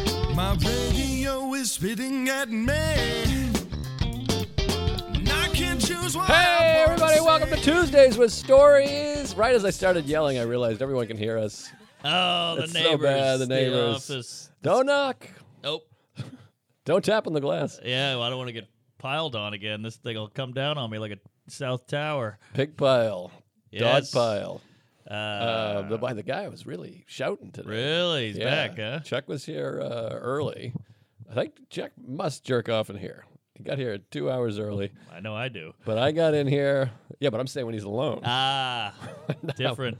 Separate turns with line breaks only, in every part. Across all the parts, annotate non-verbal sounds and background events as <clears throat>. My radio is spitting at me. And I can choose what I
Hey,
wanna
everybody,
say.
welcome to Tuesdays with Stories. Right as I started yelling, I realized everyone can hear us.
Oh, the
It's so
neighbors.
bad, the neighbors.
office.
Don't knock.
Nope.
Don't tap on the glass.
Yeah, well, I don't want to get piled on again. This thing will come down on me like a South Tower.
Pig pile.
Yes.
Dog pile.
Uh,
Uh, the, by the guy was really shouting today.
really? He's
Yeah.
back, huh?
Chuck was here uh, early. I think Chuck must jerk off in here. He got here two hours early,
I know I do.
but I got in here. <laughs> Yeah, but I'm saying when he's alone. <laughs>
Ah, different.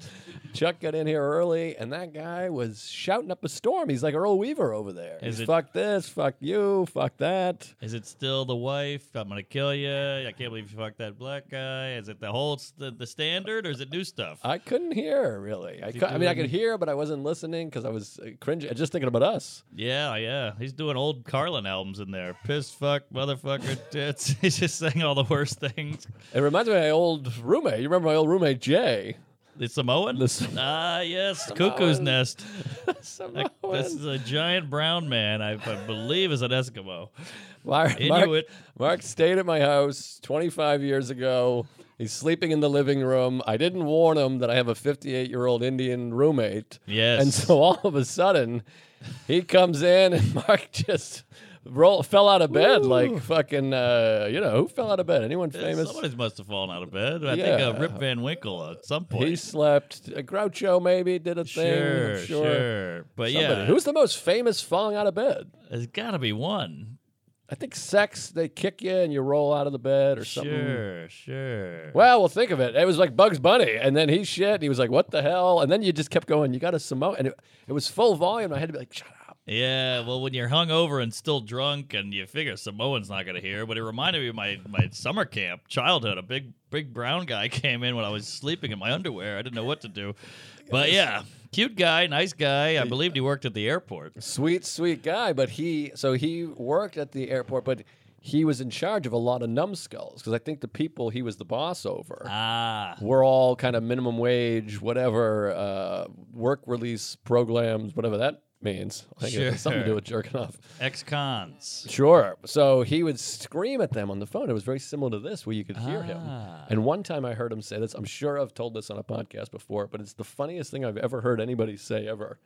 Chuck got in here early, and that guy was shouting up a storm. He's like Earl Weaver over there.
Is
He's,
it-
fuck this, fuck you, fuck that.
Is it still the wife? I'm gonna kill you. I can't believe you fucked that black guy. Is it the whole s- the, the standard or is it new stuff?
I couldn't hear really. I, cou- I mean, I could hear, but I wasn't listening because I was uh, cringing, just thinking about us.
yeah, yeah. He's doing old Carlin albums in there. Piss, fuck, motherfucker, <laughs> tits. He's just saying all the worst things.
It reminds me of my old roommate. You remember my old roommate Jay?
The Samoan?
The Sam-
ah, yes, Cuckoo's
Samoan.
Nest.
Someone-
That- this is a giant brown man, I, I believe, is an Eskimo.
Mark, Mark,
Inuit.
Mark stayed at my house 25 years ago. He's sleeping in the living room. I didn't warn him that I have a 58 year old Indian roommate.
Yes.
And so all of a sudden, he comes in and <laughs> Mark just roll, fell out of bed like fucking, uh, you know, who fell out of bed? Anyone famous?
Somebody must have fallen out of bed. I think
Yeah.
uh, Rip Van Winkle at some point.
He slept. Uh, Groucho maybe did a thing.
sure,
I'm
sure,
sure.
But
Somebody.
yeah,
Who's the most famous falling out of bed?
there's got to be one.
I think sex, they kick you and you roll out of the bed or something.
Sure, sure.
Well, well, think of it. It was like Bugs Bunny, and then he shit, and he was like, "What the hell?" And then you just kept going. You got a Samoa, and it, it was full volume. And I had to be like, "Shut up."
Yeah, well, when you're hungover and still drunk, and you figure Samoan's not going to hear, but it reminded me of my, my summer camp childhood. A big, big brown guy <laughs> came in when I was sleeping in my underwear. I didn't know what to do. But yeah, cute guy, nice guy. I believed he worked at the airport.
Sweet, sweet guy, but he so he worked at the airport, but he was in charge of a lot of numbskulls because I think the people he was the boss over
Ah,
were all kind of minimum wage, whatever uh, work release programs, whatever that means. I think it has something to do
Sure.
with jerking off.
ex cons.
Sure. So he would scream at them on the phone. It was very similar to this, where you could hear him.
Ah.
And one time I heard him say this. I'm sure I've told this on a podcast before, but it's the funniest thing I've ever heard anybody say ever.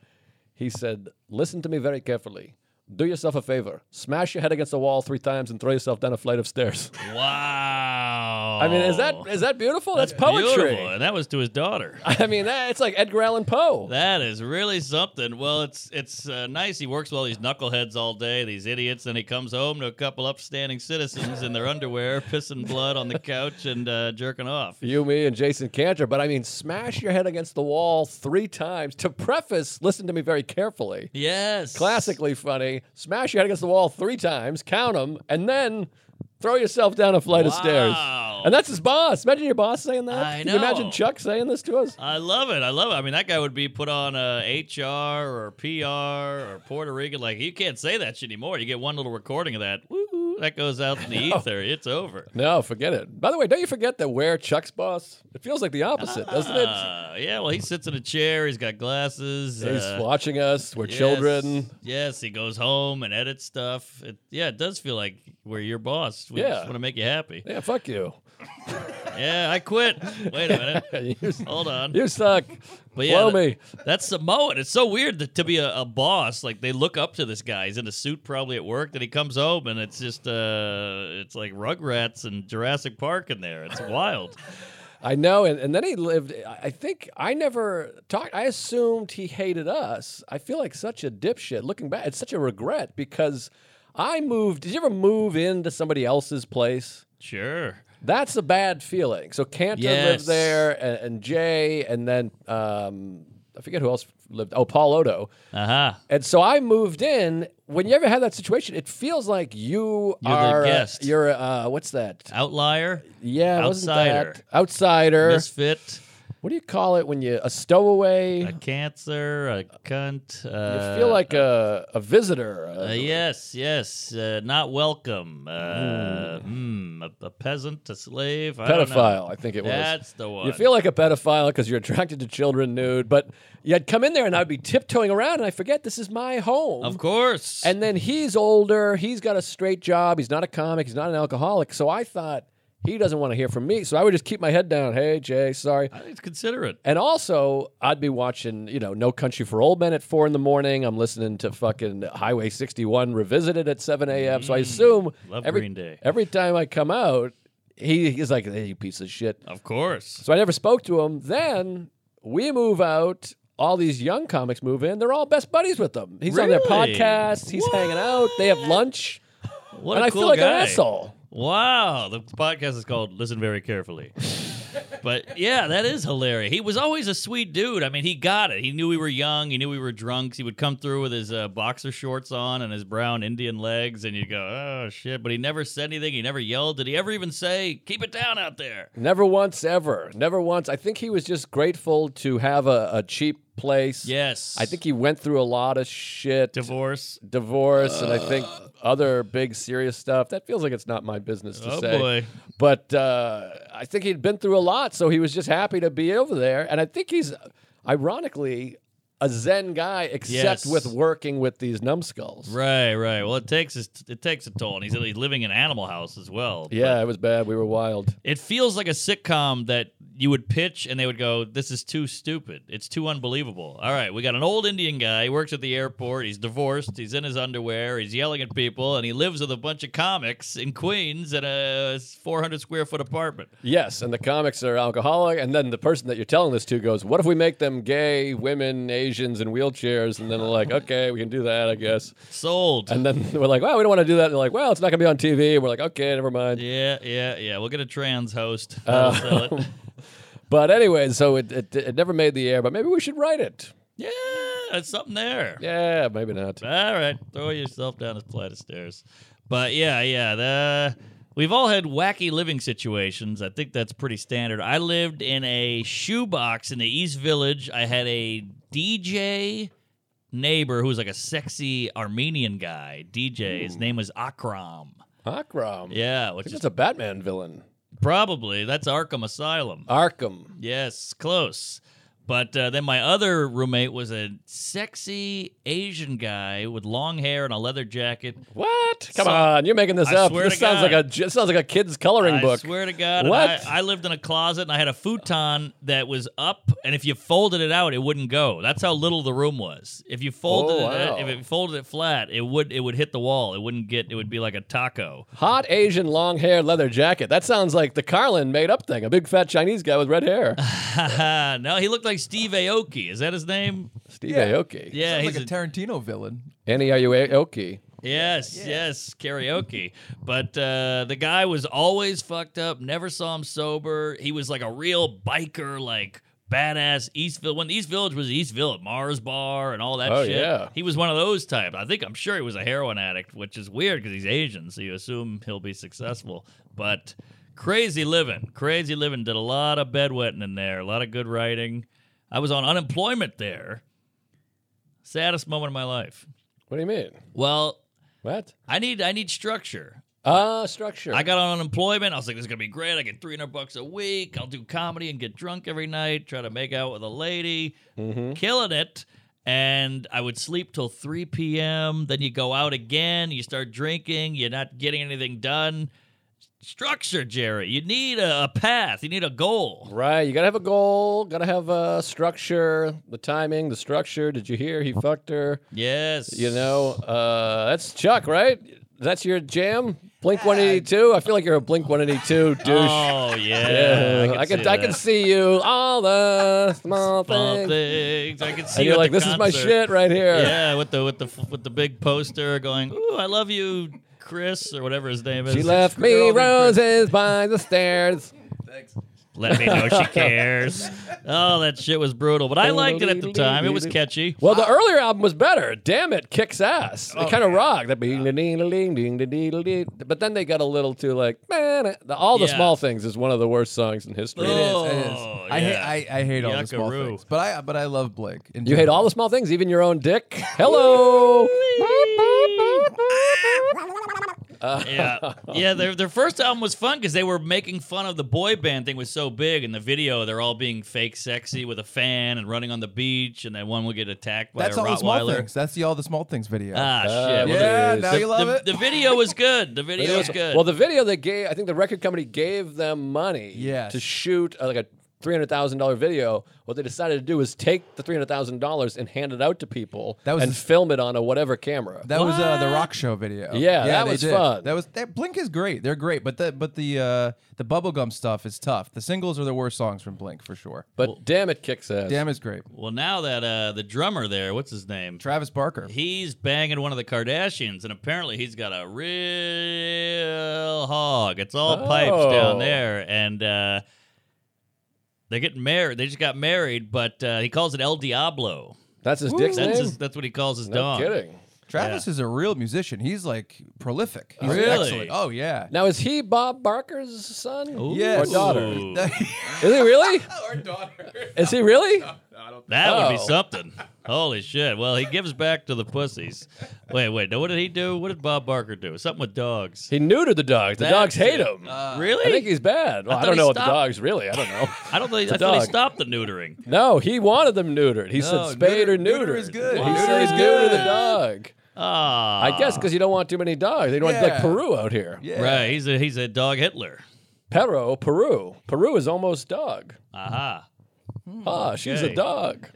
He said, Listen to me very carefully. Do yourself a favor. Smash your head against the wall three times and throw yourself down a flight of stairs. <laughs>
Wow.
I mean, is that is that beautiful? That's, poetry.
Beautiful. And that was to his daughter.
<laughs> I mean, that, it's like Edgar Allan Poe.
That is really something. Well, it's it's uh, nice. He works with all these knuckleheads all day, these idiots, and he comes home to a couple upstanding citizens in their underwear, <laughs> pissing blood on the couch and uh, jerking off.
you, me, and Jason Cantor. But I mean, smash your head against the wall three times to preface, listen to me very carefully.
Yes,
classically funny. Smash your head against the wall three times, count them, and then throw yourself down a flight of stairs.
Wow.
And that's his boss. Imagine your boss saying that.
I
Can you imagine
know. Uh,
Chuck saying this to us?
I love it. I love it. I mean, that guy would be put on uh, HR or PR or Puerto Rican. Like, you can't say that shit anymore. You get one little recording of that. Woo, that goes out in the ether. It's over.
No, forget it. By the way, don't you forget that we're Chuck's boss. It feels like the opposite, doesn't it?
Uh, yeah, well, he sits in a chair. He's got glasses.
He's
uh,
watching us. We're children.
Yes, he goes home and edits stuff. It, yeah, it does feel like we're your boss. We
Yeah.
just want to make you happy.
Yeah, fuck you. <laughs>
yeah, I quit. Wait a minute.
you,
Hold on.
you suck.
But
Blow
that-
me.
That's Samoan. It's so weird that, to be a, a boss. Like they look up to this guy. He's in a suit, probably at work. Then he comes home and it's just, uh, it's like Rugrats and Jurassic Park in there. It's wild. <laughs>
I know, and, and then he lived. I I think I never talked. I assumed he hated us. I feel like such a dipshit. Looking back, it's such a regret because I moved. Did you ever move into somebody else's place?
sure.
That's a bad feeling. So Cantor
Yes.
lived there, and, and Jay, and then um, I forget who else lived. Oh, Paul Odo.
Uh huh.
And so I moved in. When you ever had that situation, it feels like you
You're the
are a-
guest.
you're a, uh, what's that?
Outlier,
Yeah,
Outsider.
wasn't that outsider?
misfit,
What do you call it when you a stowaway?
a cancer, a cunt. Uh,
you feel like a, a visitor. a-
Uh, yes, yes, uh, not welcome. Uh, hmm, a, a peasant, a slave, I don't know.
pedophile, I think it was.
That's the one.
You feel like a pedophile because you're attracted to children nude, but you'd come in there and I'd be tiptoeing around and I forget this is my home.
of course.
And then he's older, he's got a straight job, he's not a comic, he's not an alcoholic. So I thought he doesn't want to hear from me. So I would just keep my head down. Hey, Jay, sorry.
I think it's considerate.
And also, I'd be watching, you know, No Country for Old Men at four in the morning. I'm listening to fucking Highway 61 Revisited at 7 a.m. So I assume
Mm, Love
every,
Green Day.
every time I come out, he, he's like, hey, you piece of shit.
Of course.
So I never spoke to him. Then we move out. All these young comics move in. They're all best buddies with them. He's on their
Really?
podcasts. He's hanging out. They have lunch.
What
and
a
I
cool
feel like
guy.
an asshole.
Wow, the podcast is called "Listen Very Carefully." but yeah, that is hilarious. He was always a sweet dude. I mean, he got it. He knew we were young. He knew we were drunks. He would come through with his uh, boxer shorts on and his brown Indian legs, and you'd go, "Oh shit!" But he never said anything. He never yelled. Did he ever even say, "Keep it down out there"?
Never once ever. Never once. I think he was just grateful to have a, a cheap place.
Yes,
I think he went through a lot of shit.
divorce.
divorce and I think other big serious stuff. That feels like it's not my business to
Oh,
say.
boy.
But uh, I think he'd been through a lot, so he was just happy to be over there. And I think he's, ironically, a Zen guy, except
Yes.
with working with these numbskulls.
Right, right. Well, it takes his, it takes a toll, and he's, he's living in Animal House as well. But-
Yeah, it was bad. We were wild.
It feels like a sitcom that you would pitch and they would go, This is too stupid. It's too unbelievable. All right, we got an old Indian guy. He works at the airport. He's divorced. He's in his underwear. He's yelling at people. And he lives with a bunch of comics in Queens in a 400 square foot apartment.
Yes, and the comics are alcoholic. And then the person that you're telling this to goes, What if we make them gay, women, Asians, and wheelchairs? And then they're like, Okay, we can do that, I guess.
Sold.
And then <laughs> we're like, Wow, we don't want to do that. And they're like, Well, it's not going to be on TV. And we're like, Okay, never mind.
yeah, yeah, yeah. We'll get a trans host. That'll sell it.
But anyway, so it, it it never made the air, but maybe we should write it.
yeah, that's something there.
Yeah, maybe not.
All right, throw yourself down a flight of stairs. But yeah, yeah, the we've all had wacky living situations. I think that's pretty standard. I lived in a shoebox in the East Village. I had a DJ neighbor who was like a sexy Armenian guy. DJ, his name was Akram.
Akram. Yeah.
Yeah, which
It's
is
just a Batman villain.
probably that's Arkham Asylum.
Arkham.
Yes, close. But uh, then my other roommate was a sexy Asian guy with long hair and a leather jacket.
What? Come
So-
on, you're making this
I
up.
swear
this
to
sounds
God.
like a j- sounds like a kid's coloring
I
book.
swear to God. and
What?
I, I lived in a closet and I had a futon that was up, and if you folded it out, it wouldn't go. That's how little the room was. If you folded
Oh,
it,
wow.
if it folded it flat, it would it would hit the wall. It wouldn't get. It would be like
<laughs>
a taco. <laughs>
Hot Asian long hair leather jacket. That sounds like the Carlin made up thing. A big fat Chinese guy with red
<laughs>
hair.
no, he looked like Steve Aoki. Is that his name?
Steve
Yeah.
Aoki. E
Yeah,
Sounds
he's
like a,
a-
Tarantino villain.
Annie, are you Aoki?
Yes, yes, karaoke. But uh, the guy was always fucked up. Never saw him sober. He was like a real biker, like badass East Village. When East Village was East Village, Mars Bar and all that
Oh,
shit.
yeah.
He was one of those type. I think I'm sure he was a heroin addict, which is weird because he's Asian, so you assume he'll be successful. But crazy living, crazy living. Did a lot of bedwetting in there. A lot of good writing. I was on unemployment there. Saddest moment of my life.
What do you mean?
Well,
What?
I need I need structure.
Ah, structure.
I got on unemployment. I was like, this is gonna be great. I get three hundred bucks a week. I'll do comedy and get drunk every night. Try to make out with a lady,
Mm-hmm.
killing it. And I would sleep till three p.m. Then you go out again. You start drinking. You're not getting anything done. Structure, Jerry. You need a, a path. You need a goal.
Right, you gotta have a goal, gotta have a structure, the timing, the structure. Did you hear he fucked her?
Yes.
You know, uh, that's Chuck, right? That's your jam, Blink One Eighty Two. Uh, I feel like you're a Blink One Eighty Two <laughs> douche.
Oh yeah.
<laughs> Yeah, I can, I can
that.
see you all the small
Small
things,
things. I can see.
and you're
you at
like,
the
this is my
concert."
shit right here.
Yeah, with the with the with the big poster going, "Ooh, I love you, Chris," or whatever his name is.
She left me
Girl named Chris.
roses by the stairs.
Let me know she cares. Oh, that shit was brutal, but I liked it at the time. It was catchy.
Well, the earlier album was better. Damn it, kicks ass. It kind of rocked. That ding ding ding ding ding ding ding. But then they got a little too like man. the- All the
Yeah.
small things is one of the worst songs in history.
Oh,
I,
yeah.
hate, I, I hate all the small
Yuckaroo.
things, but I but I love Blake. in
You hate
general.
all the small things, even your own dick. Hello.
yeah, yeah. Their their first album was fun because they were making fun of the boy band thing was so big. In the video, they're all being fake sexy with a fan and running on the beach, and then one will get attacked by
That's
a
all the small
Rottweiler.
things. That's the all the small things video.
Ah,
Uh,
shit. Well,
yeah,
the-
now
the-
you love
the,
it.
the video was good. The video was good.
Well, the video they gave, I think the record company gave them money
Yes.
to shoot uh, like a three hundred thousand dollar video. What they decided to do is take the three hundred thousand dollars and hand it out to people
That was
and
the-
film it on a whatever camera.
That was uh, the rock show video.
Yeah, that
they
was
did.
fun.
That was that Blink is great. They're great, but the but the uh, the bubblegum stuff is tough. The singles are the worst songs from Blink for sure.
but damn it, kicks ass.
Damn is great.
well, now that uh, the drummer there, what's his name?
Travis Barker.
He's banging one of the Kardashians, and apparently he's got a real hog. It's all
Oh.
pipes down there, and uh, they're getting married. They just got married, but uh, he calls it El Diablo.
That's his dick's name.
That's his, that's what he calls his
no
dog.
kidding.
Travis is a real musician. He's like prolific. He's
Really?
excellent. Oh yeah.
Now is he Bob Barker's son
Yes.
or daughter?
Ooh.
That-
Is he really? Is he really?
That would be
Oh.
something. Holy shit! Well, he gives back to the pussies. Wait, wait. No, what did he do? What did Bob Barker do? Something with dogs.
He neutered the dogs. The
That's
dogs hate
it.
Uh,
him.
really?
I think he's bad. Well, I,
thought
don't
he
know what the
stopped-
dogs really. I don't know.
I don't think. I
a
thought he
dog.
stopped the neutering.
No, he wanted them neutered. He
No,
said spayed or
neuter-
neutered.
neuter is good.
He
Wow.
said
Neuter is
neuter the
good.
dog.
Ah,
I guess because you don't want too many dogs. They don't want
Yeah.
like Peru out here.
yeah.
Right. He's a he's a dog Hitler.
Pero, Peru. Peru is almost dog.
Aha.
ah, she's
okay.
a dog.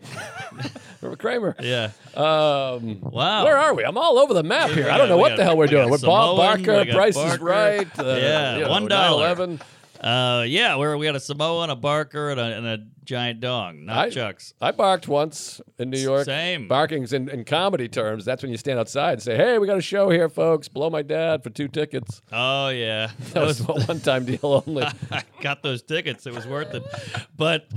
Remember Kramer.
Yeah.
Um,
Wow.
Where are we? I'm all over the map here. I don't know
We
what
got-
the hell we're
we got
doing. We're Bob
Samoan,
Barker,
we got
Price is
Barker.
Right. Uh,
Yeah,
you know,
one dollar.
9/11.
Uh, yeah, we're, we got a Samoa and a Barker and a, and a giant dong, not
I-
chucks.
I barked once in New York.
Same.
Barking's in, in comedy terms. That's when you stand outside and say, hey, we got a show here, folks. Blow my dad for two tickets.
Oh yeah,
<laughs> That was a one time deal only.
<laughs> I got those tickets. It was worth it. But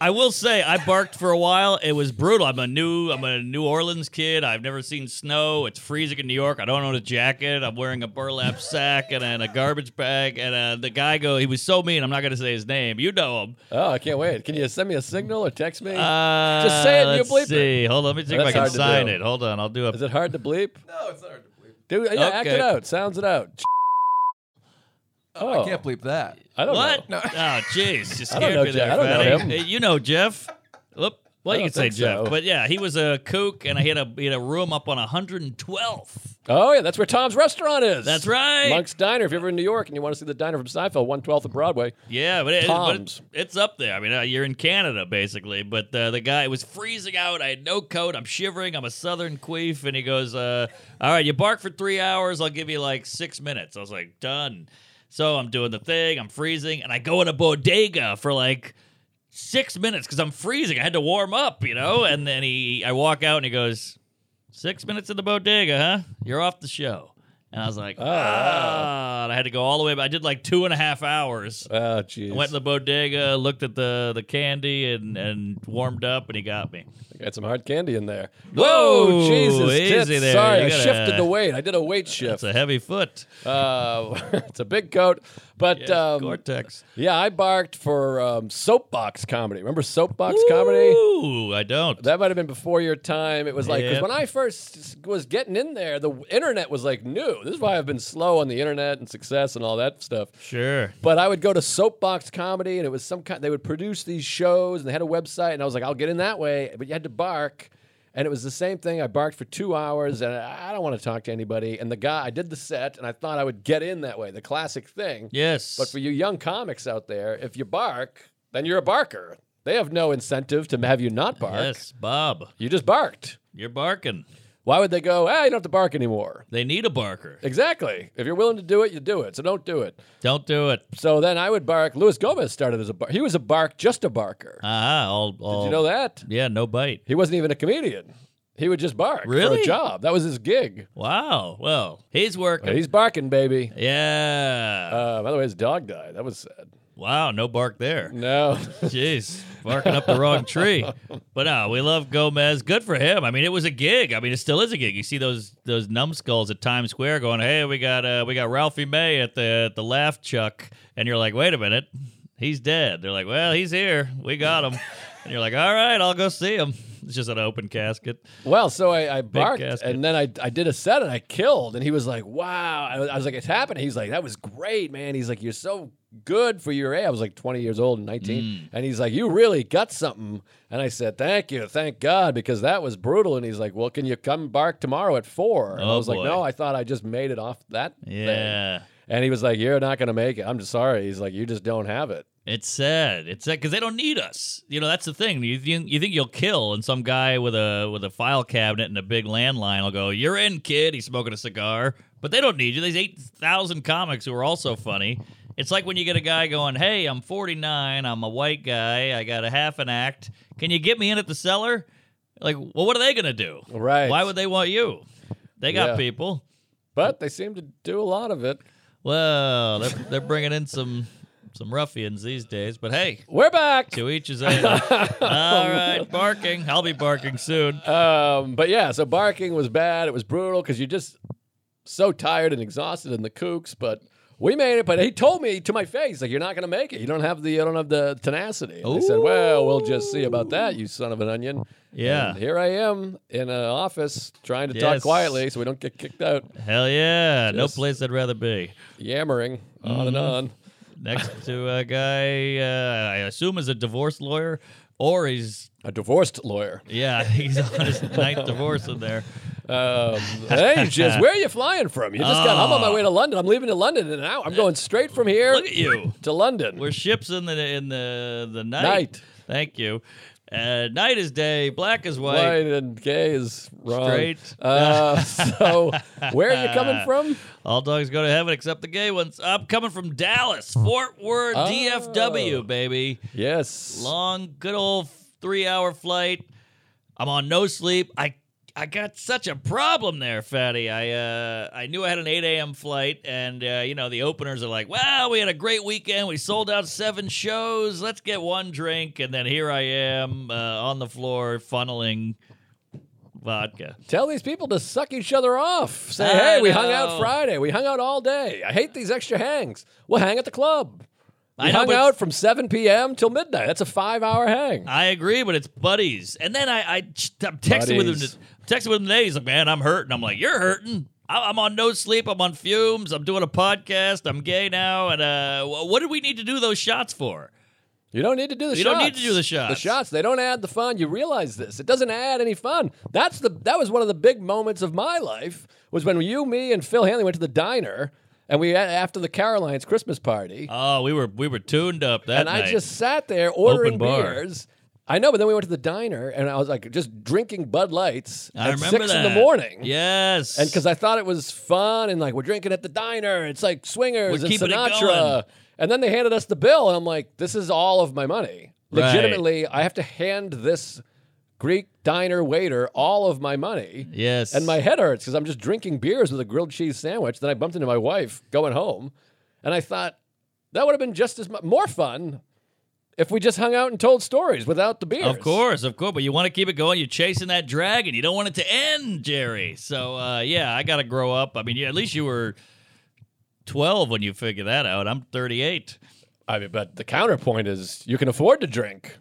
I will say, I barked for a while. It was brutal. I'm a new I'm a New Orleans kid. I've never seen snow. It's freezing in New York. I don't own a jacket. I'm wearing a burlap sack and, and a garbage bag. And uh, the guy go, he was so mean. I'm not gonna say his name. You know him.
Oh, I can't wait. Can you send me a signal or text me?
Uh,
Just say it and you
let's
bleep it.
see. Hold on. Let me see if I
That's
can
hard to
sign
do.
it. Hold on. I'll do
Is
a.
it hard to bleep?
No, it's not hard to believe.
Do, yeah, Act
Okay.
it out. Sounds it out. Oh,
I can't believe that.
I don't
What?
know.
Oh, jeez.
<laughs>
You
I don't
scared
know
me there,
Jeff. I don't know
fatty.
him.
Hey, You know Jeff. Whoop. Well,
I
you
don't
can say
think
Jeff,
so.
but yeah, he was a kook, and I had a he had a room up on 112th.
Oh, yeah, that's where Tom's restaurant is.
That's right.
Monk's Diner. If you're ever in New York and you want to see the diner from Seinfeld, 112th of Broadway.
Yeah, but, it, but
Tom's.
it's, it's up there. I mean, uh, you're in Canada basically. But uh, the guy it was freezing out. I had no coat. I'm shivering. I'm a Southern queef, and he goes, uh, "All right, you bark for three hours. I'll give you like six minutes." I was like, "Done." So I'm doing the thing. I'm freezing, and I go in a bodega for like six minutes because I'm freezing. I had to warm up, you know. And then he, I walk out, and he goes, six minutes in the bodega, huh? You're off the show." And I was like, ah, and I had to go all the way. But I did like two and a half hours.
Oh, jeez.
I went to the bodega, looked at the, the candy, and, and warmed up, and he got me.
Got some hard candy in there.
Whoa,
Whoa, Jesus.
easy
tits.
there.
Sorry,
You
I
gotta-
shifted the weight. I did a weight
It's
shift.
a heavy foot.
uh, <laughs> it's a big coat. But um,
Cortex.
yeah, I barked for um, soapbox comedy. Remember soapbox comedy?
Ooh, I don't.
That might have been before your time. It was like, because
Yep.
when I first was getting in there, the internet was like new. This is why I've been slow on the internet and success and all that stuff.
sure.
But I would go to soapbox comedy, and it was some kind. They would produce these shows, and they had a website, and I was like, I'll get in that way. But you had to bark, and it was the same thing. I barked for two hours, and I I don't want to talk to anybody. And the guy, I did the set, and I thought I would get in that way, the classic thing.
Yes.
But for you young comics out there, if you bark, then you're a barker. They have no incentive to have you not bark.
yes, Bob,
You just barked.
you're barking.
Why would they go? Ah, you don't have to bark anymore.
They need a barker.
Exactly. If you're willing to do it, you do it. So don't do it.
Don't do it.
So then I would bark. Luis Gomez started as a bar. He was a bark, just a barker.
Ah, all, all.
Did you know that?
Yeah, no bite.
He wasn't even a comedian. He would just bark for
Really?
a job. That was his gig.
Wow. Well, he's working.
He's barking, baby.
yeah.
Uh, by the way, his dog died. That was sad.
Wow, no bark there.
No. <laughs>
Jeez, barking up the wrong tree. But no, we love Gomez. Good for him. I mean, it was a gig. I mean, it still is a gig. You see those those numbskulls at Times Square going, "Hey, we got uh, we got Ralphie May at the at the Laugh Chuck," and you're like, "Wait a minute, he's dead." They're like, "Well, he's here. We got him," and you're like, "All right, I'll go see him." It's just an open casket.
Well, so I, I barked
gasket.
and then I, I did a set and I killed. And he was like, wow. I was, I was like, it's happening. He's like, that was great, man. He's like, you're so good for your age. I was like 20 years old and 19.
Mm.
And he's like, you really got something. And I said, thank you. Thank God, because that was brutal. And he's like, well, can you come bark tomorrow at four? And I
Oh,
was
boy.
like, no, I thought I just made it off that thing.
Yeah.
And he was like, you're not going to make it. I'm just sorry. He's like, you just don't have it.
It's sad. It's sad because they don't need us. You know that's the thing. You think you think you'll kill, and some guy with a with a file cabinet and a big landline will go, "You're in, kid." He's smoking a cigar, but they don't need you. There's eight thousand comics who are also funny. It's like when you get a guy going, "Hey, I'm 49. I'm a white guy. I got a half an act. Can you get me in at the cellar?" Like, well, what are they gonna do?
Right.
Why would they want you? They got
Yeah.
people.
But they seem to do a lot of it.
Well, they're, they're bringing in some some ruffians these days. But hey,
We're back.
to each his
<laughs>
own. All
Oh,
right, barking. I'll be barking soon.
Um, but yeah, so barking was bad. It was brutal because you're just so tired and exhausted in the kooks. But we made it. But he told me to my face, like, "You're not going to make it. You don't have the. You don't have the tenacity." And I said, "Well, we'll just see about that, you son of an onion."
Yeah.
And here I am in an office trying to
Yes.
talk quietly so we don't get kicked out,
Hell yeah. No
Just-
place I'd rather be.
yammering on and
Mm-hmm.
on.
Next to a guy, uh, I assume is a divorce lawyer, or he's,
A divorced lawyer.
yeah, <laughs> he's on his ninth divorce in there.
Um,
<laughs>
hey, Jiz, where are you flying from? You just got. I'm on my way to London. I'm leaving to London in an hour. I'm going straight from here
Ah. Look at you.
to London.
We're ships in the in the the night.
Night.
Thank you. Uh, night is day, black is white.
White and gay is wrong.
Straight.
<laughs> Uh, so, where are you coming from?
All dogs go to heaven except the gay ones. I'm coming from Dallas, Fort Worth,
Oh.
DFW, baby.
Yes.
long, good old three hour flight. I'm on no sleep. I I got such a problem there, Fatty. I uh, I knew I had an 8 a.m. flight, and uh, you know the openers are like, "Wow, we had a great weekend. We sold out seven shows. Let's get one drink." And then here I am uh, on the floor funneling vodka.
Tell these people to suck each other off. Say,
I
hey, we hung
know.
out Friday. We hung out all day. I hate these extra hangs. We'll hang at the club. We
I know,
hung
but- Uh,
out from 7 p.m. till midnight. That's a five hour hang.
I agree, but it's buddies. And then I, I am texting with him.
Buddies.
Texting with him today. He's like, "Man, I'm hurting." I'm like, "You're hurting." I- I'm on no sleep. I'm on fumes. I'm doing a podcast. I'm gay now. And uh, wh- what did we need to do those shots for?
you don't need to do the
You
shots.
don't need to do the
The
shots.
shots, they don't add the fun. You realize this. It doesn't add any fun. That's the that was one of the big moments of my life was when you, me, and Phil Hanley went to the diner and we after the Caroline's Christmas party.
Oh, we were we were tuned up
and
that night.
I just sat there ordering
Open bar.
beers. I know, but then we went to the diner, and I was like just drinking Bud Lights
I
at
remember
six
that.
in the morning.
Yes,
and because I thought it was fun, and like we're drinking at the diner, it's like swingers
We're
and
keeping it going.
Sinatra. And then they handed us the bill, and I'm like, this is all of my money.
Right.
Legitimately, I have to hand this Greek diner waiter all of my money.
yes,
And my head hurts because I'm just drinking beers with a grilled cheese sandwich. Then I bumped into my wife going home, and I thought that would have been just as mu- more fun if we just hung out and told stories without the beers.
Of course, of course. But you want to keep it going. You're chasing that dragon. You don't want it to end, Jerry. So uh, yeah, I got to grow up. I mean, yeah, at least you were 12 when you figured that out. I'm 38.
I mean, but the counterpoint is you can afford to drink.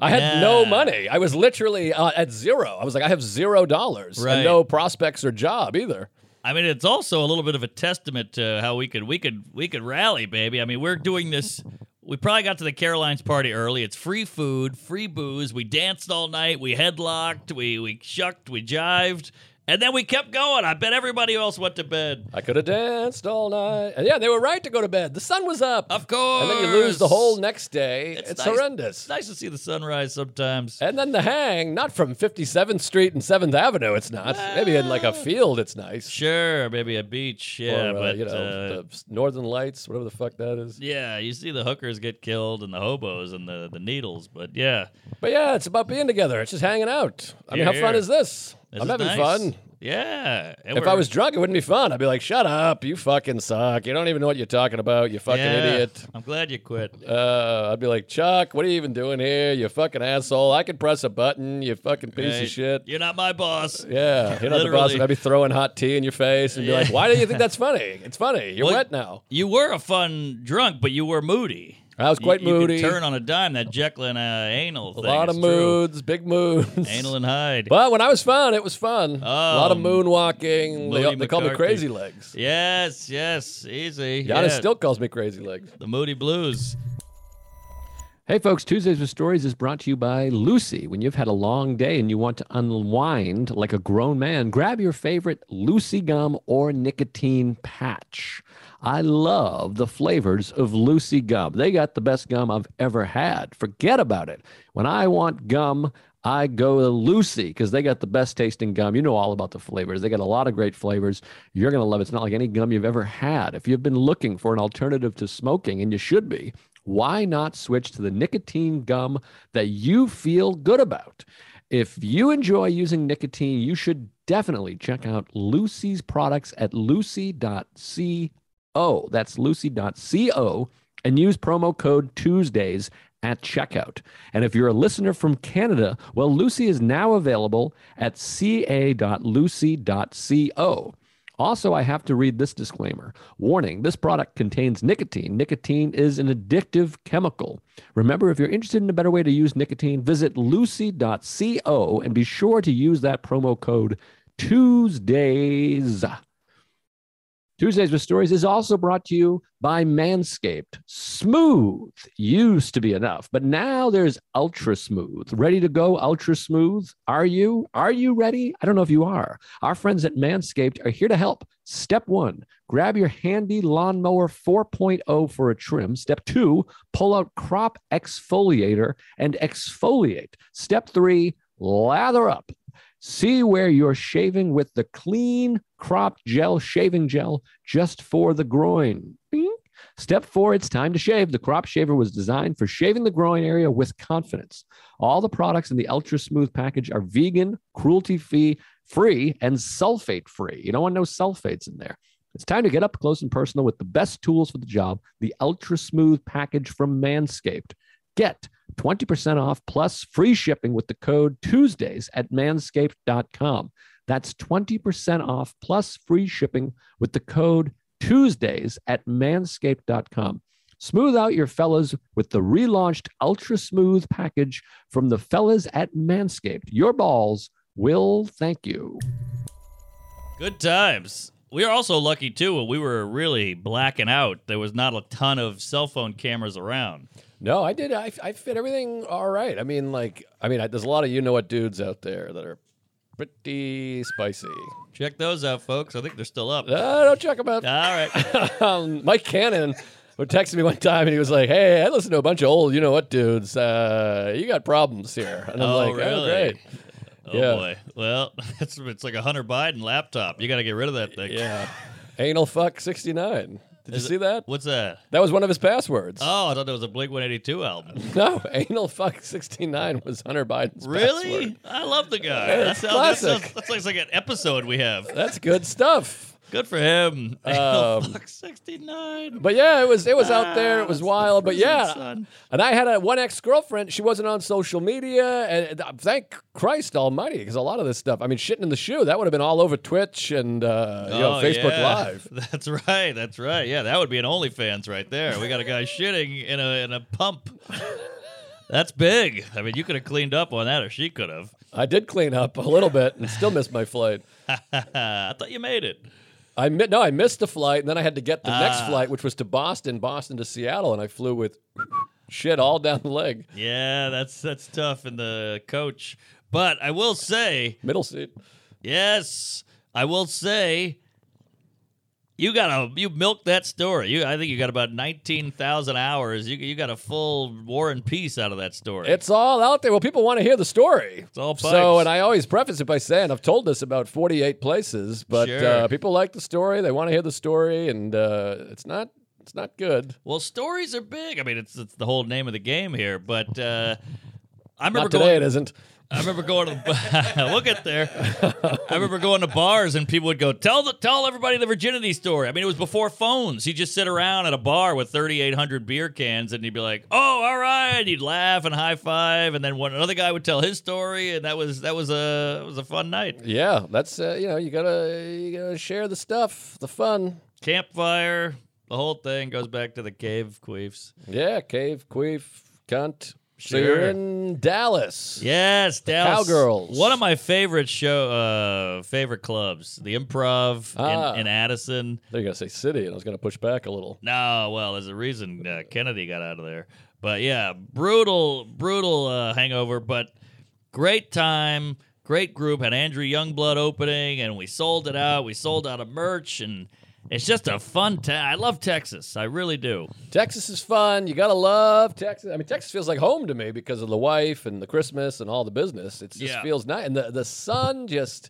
I had
Yeah.
no money. I was literally uh, at zero. I was like, I have zero dollars
Right.
and no prospects or job either.
I mean, it's also a little bit of a testament to how we could we could we could rally, baby. I mean, we're doing this. We probably got to the Caroline's party early. It's free food, free booze. We danced all night. We headlocked. We we shucked. We jived, and then we kept going. I bet everybody else went to bed.
I could have danced all night. And yeah, they were right to go to bed. The sun was up.
Of course.
and then you lose the whole next day. It's,
nice-
horrendous.
It's nice to see the sunrise sometimes.
And then the hang, not from 57th Street and 7th Avenue, it's not. Maybe in like a field, it's nice.
Sure, maybe a beach. Yeah,
or, uh,
but
you know,
uh,
the s- Northern Lights, whatever the fuck that is.
yeah, you see the hookers get killed and the hobos and the, the needles. But yeah,
But yeah, it's about being together. It's just hanging out. I mean,
Here,
how
here.
fun is this?
This
I'm
is
having
nice.
fun.
Yeah. and
If
we're-
I was drunk, it wouldn't be fun. I'd be like, "Shut up, you fucking suck. You don't even know what you're talking about. You fucking
Yeah.
idiot."
I'm glad you quit.
Uh, I'd be like, "Chuck, what are you even doing here? You fucking asshole. I could press a button. You fucking piece
Hey,
of shit."
You're not my boss.
Yeah, hit on the boss.
Literally.
I'd be throwing hot tea in your face and be like,
Yeah.
"Why do you think
<laughs>
that's funny? It's funny. You're
Well,
wet now."
You were a fun drunk, but you were moody.
I was
You-
quite
you,
moody.
could turn on a dime. That Jekyll and uh, anal
a
thing.
lot of
it's true.
moods, big moods.
Anal and Hyde.
But when I was fun, it was fun. a lot of
Oh,
moonwalking. They,
Moody
they call me
McCarthy.
Crazy Legs.
yes, yes, easy.
Giannis
yeah.
still calls me Crazy Legs.
the Moody Blues.
Hey, folks, Tuesdays with Stories is brought to you by Lucy. When you've had a long day and you want to unwind like a grown man, grab your favorite Lucy gum or nicotine patch. I love the flavors of Lucy gum. They got the best gum I've ever had. Forget about it. When I want gum, I go to Lucy because they got the best tasting gum. You know all about the flavors. They got a lot of great flavors. You're going to love it. It's not like any gum you've ever had. If you've been looking for an alternative to smoking, and you should be, why not switch to the nicotine gum that you feel good about? If you enjoy using nicotine, you should definitely check out Lucy's products at lucy.co. That's lucy.co and use promo code Tuesdays at checkout. And if you're a listener from Canada, well, Lucy is now available at ca.lucy.co. Also, I have to read this disclaimer. Warning this product contains nicotine. Nicotine is an addictive chemical. Remember, if you're interested in a better way to use nicotine, visit lucy.co and be sure to use that promo code Tuesdays. Tuesdays with Stories is also brought to you by Manscaped. Smooth used to be enough, but now there's ultra smooth. Ready to go ultra smooth? Are you? Are you ready? I don't know if you are. Our friends at Manscaped are here to help. Step one, grab your handy lawnmower 4.0 for a trim. Step two, pull out crop exfoliator and exfoliate. Step three, lather up. See where you're shaving with the clean crop gel shaving gel just for the groin. Bing. Step four, it's time to shave. The crop shaver was designed for shaving the groin area with confidence. All the products in the ultra smooth package are vegan, cruelty free, free, and sulfate free. You don't want no sulfates in there. It's time to get up close and personal with the best tools for the job, the ultra smooth package from Manscaped. Get 20% off plus free shipping with the code Tuesdays at manscaped.com. That's 20% off plus free shipping with the code Tuesdays at manscaped.com. Smooth out your fellas with the relaunched Ultra Smooth package from the fellas at Manscaped. Your balls will thank you.
Good times. We are also lucky too when we were really blacking out. There was not a ton of cell phone cameras around.
No, I did. I, I fit everything all right. I mean, like, I mean, I, there's a lot of you know what dudes out there that are pretty spicy.
Check those out, folks. I think they're still up. All
Uh, don't check them
<laughs>
out.
right.
um, Mike Cannon would text me one time and he was like, "Hey, I listen to a bunch of old, you know what, dudes. Uh, you got problems here." And I'm
Oh,
like, "Oh,
really?
great."
Oh
Yeah.
boy. Well, <laughs> it's, it's like a Hunter Biden laptop. You got to get rid of that thing.
Yeah. Anal fuck 69. Did
Is
you
it-
see that?
What's that?
That was one of his passwords.
Oh, I thought that was a Blink 182 album.
<laughs> no, anal fuck 69 was Hunter Biden's
Really?
password.
I love the guy.
Yeah,
That's,
it's
how- that's,
classic.
that's- that's like an episode we have.
That's good stuff.
Good for him. <laughs>
Um,
Fuck 69.
But yeah, it was it was out
Ah,
there. It was
it's the
wild. But
prison
yeah,
son.
and I had a one ex girlfriend. She wasn't on social media, and uh, thank Christ Almighty, because a lot of this stuff. I mean, shitting in the shoe that would have been all over Twitch and uh, you know,
Oh,
Facebook
yeah.
Live.
<laughs> That's right. That's right. Yeah, that would be an OnlyFans right there. We got
<laughs>
a guy shitting in a in a pump. That's big. I mean, you could have cleaned up on that, or she could have.
I did clean up a little bit and still missed my flight.
<laughs> I thought you made it.
I mi- no, I missed the flight, and then I had to get the next
Ah.
flight, which was to Boston, Boston to Seattle, and I flew with shit all down the leg,
Yeah, that's that's tough in the coach. But I will say,
middle seat.
yes, I will say, you got to you milked that story. You, I think you got about nineteen thousand hours. You you got a full War and Peace out of that story.
It's all out there. Well, people want to hear the story. It's
all
So,
pipes.
and I always preface it by saying I've told this about 48 places, but
Sure.
uh, people like the story. They want to hear the story, and uh, it's not it's not good.
Well, stories are big. I mean, it's, it's the whole name of the game here. But uh, I remember
Not today,
going.
it isn't.
I remember going to the, <laughs> we'll get there. I remember going to bars and people would go tell the tell everybody the virginity story. I mean, it was before phones. He'd just sit around at a bar with 3,800 beer cans and he'd be like, "Oh, all right." He'd laugh and high five, and then one another guy would tell his story, and that was that was a it was a fun night.
Yeah, that's uh, you know you gotta you gotta share the stuff, the fun.
Campfire, the whole thing goes back to the cave queefs.
Yeah, cave, queef, cunt. So you're
Sure.
in Dallas.
Yes, Dallas.
Cowgirls.
One of my favorite show, uh, favorite clubs, the Improv
Ah.
in, in Addison.
They're gonna say city, and I was gonna push back a little.
No, well, there's a reason
<laughs>
uh, Kennedy got out of there. But yeah, brutal, brutal uh, hangover, but great time, great group. Had Andrew Youngblood opening, and we sold it out. We sold out of merch, and it's just a fun town. I love Texas, I really do.
Texas is fun. You gotta love Texas. I mean, Texas feels like home to me because of the wife and the Christmas and all the business. It just
Yeah.
feels nice, and the the sun just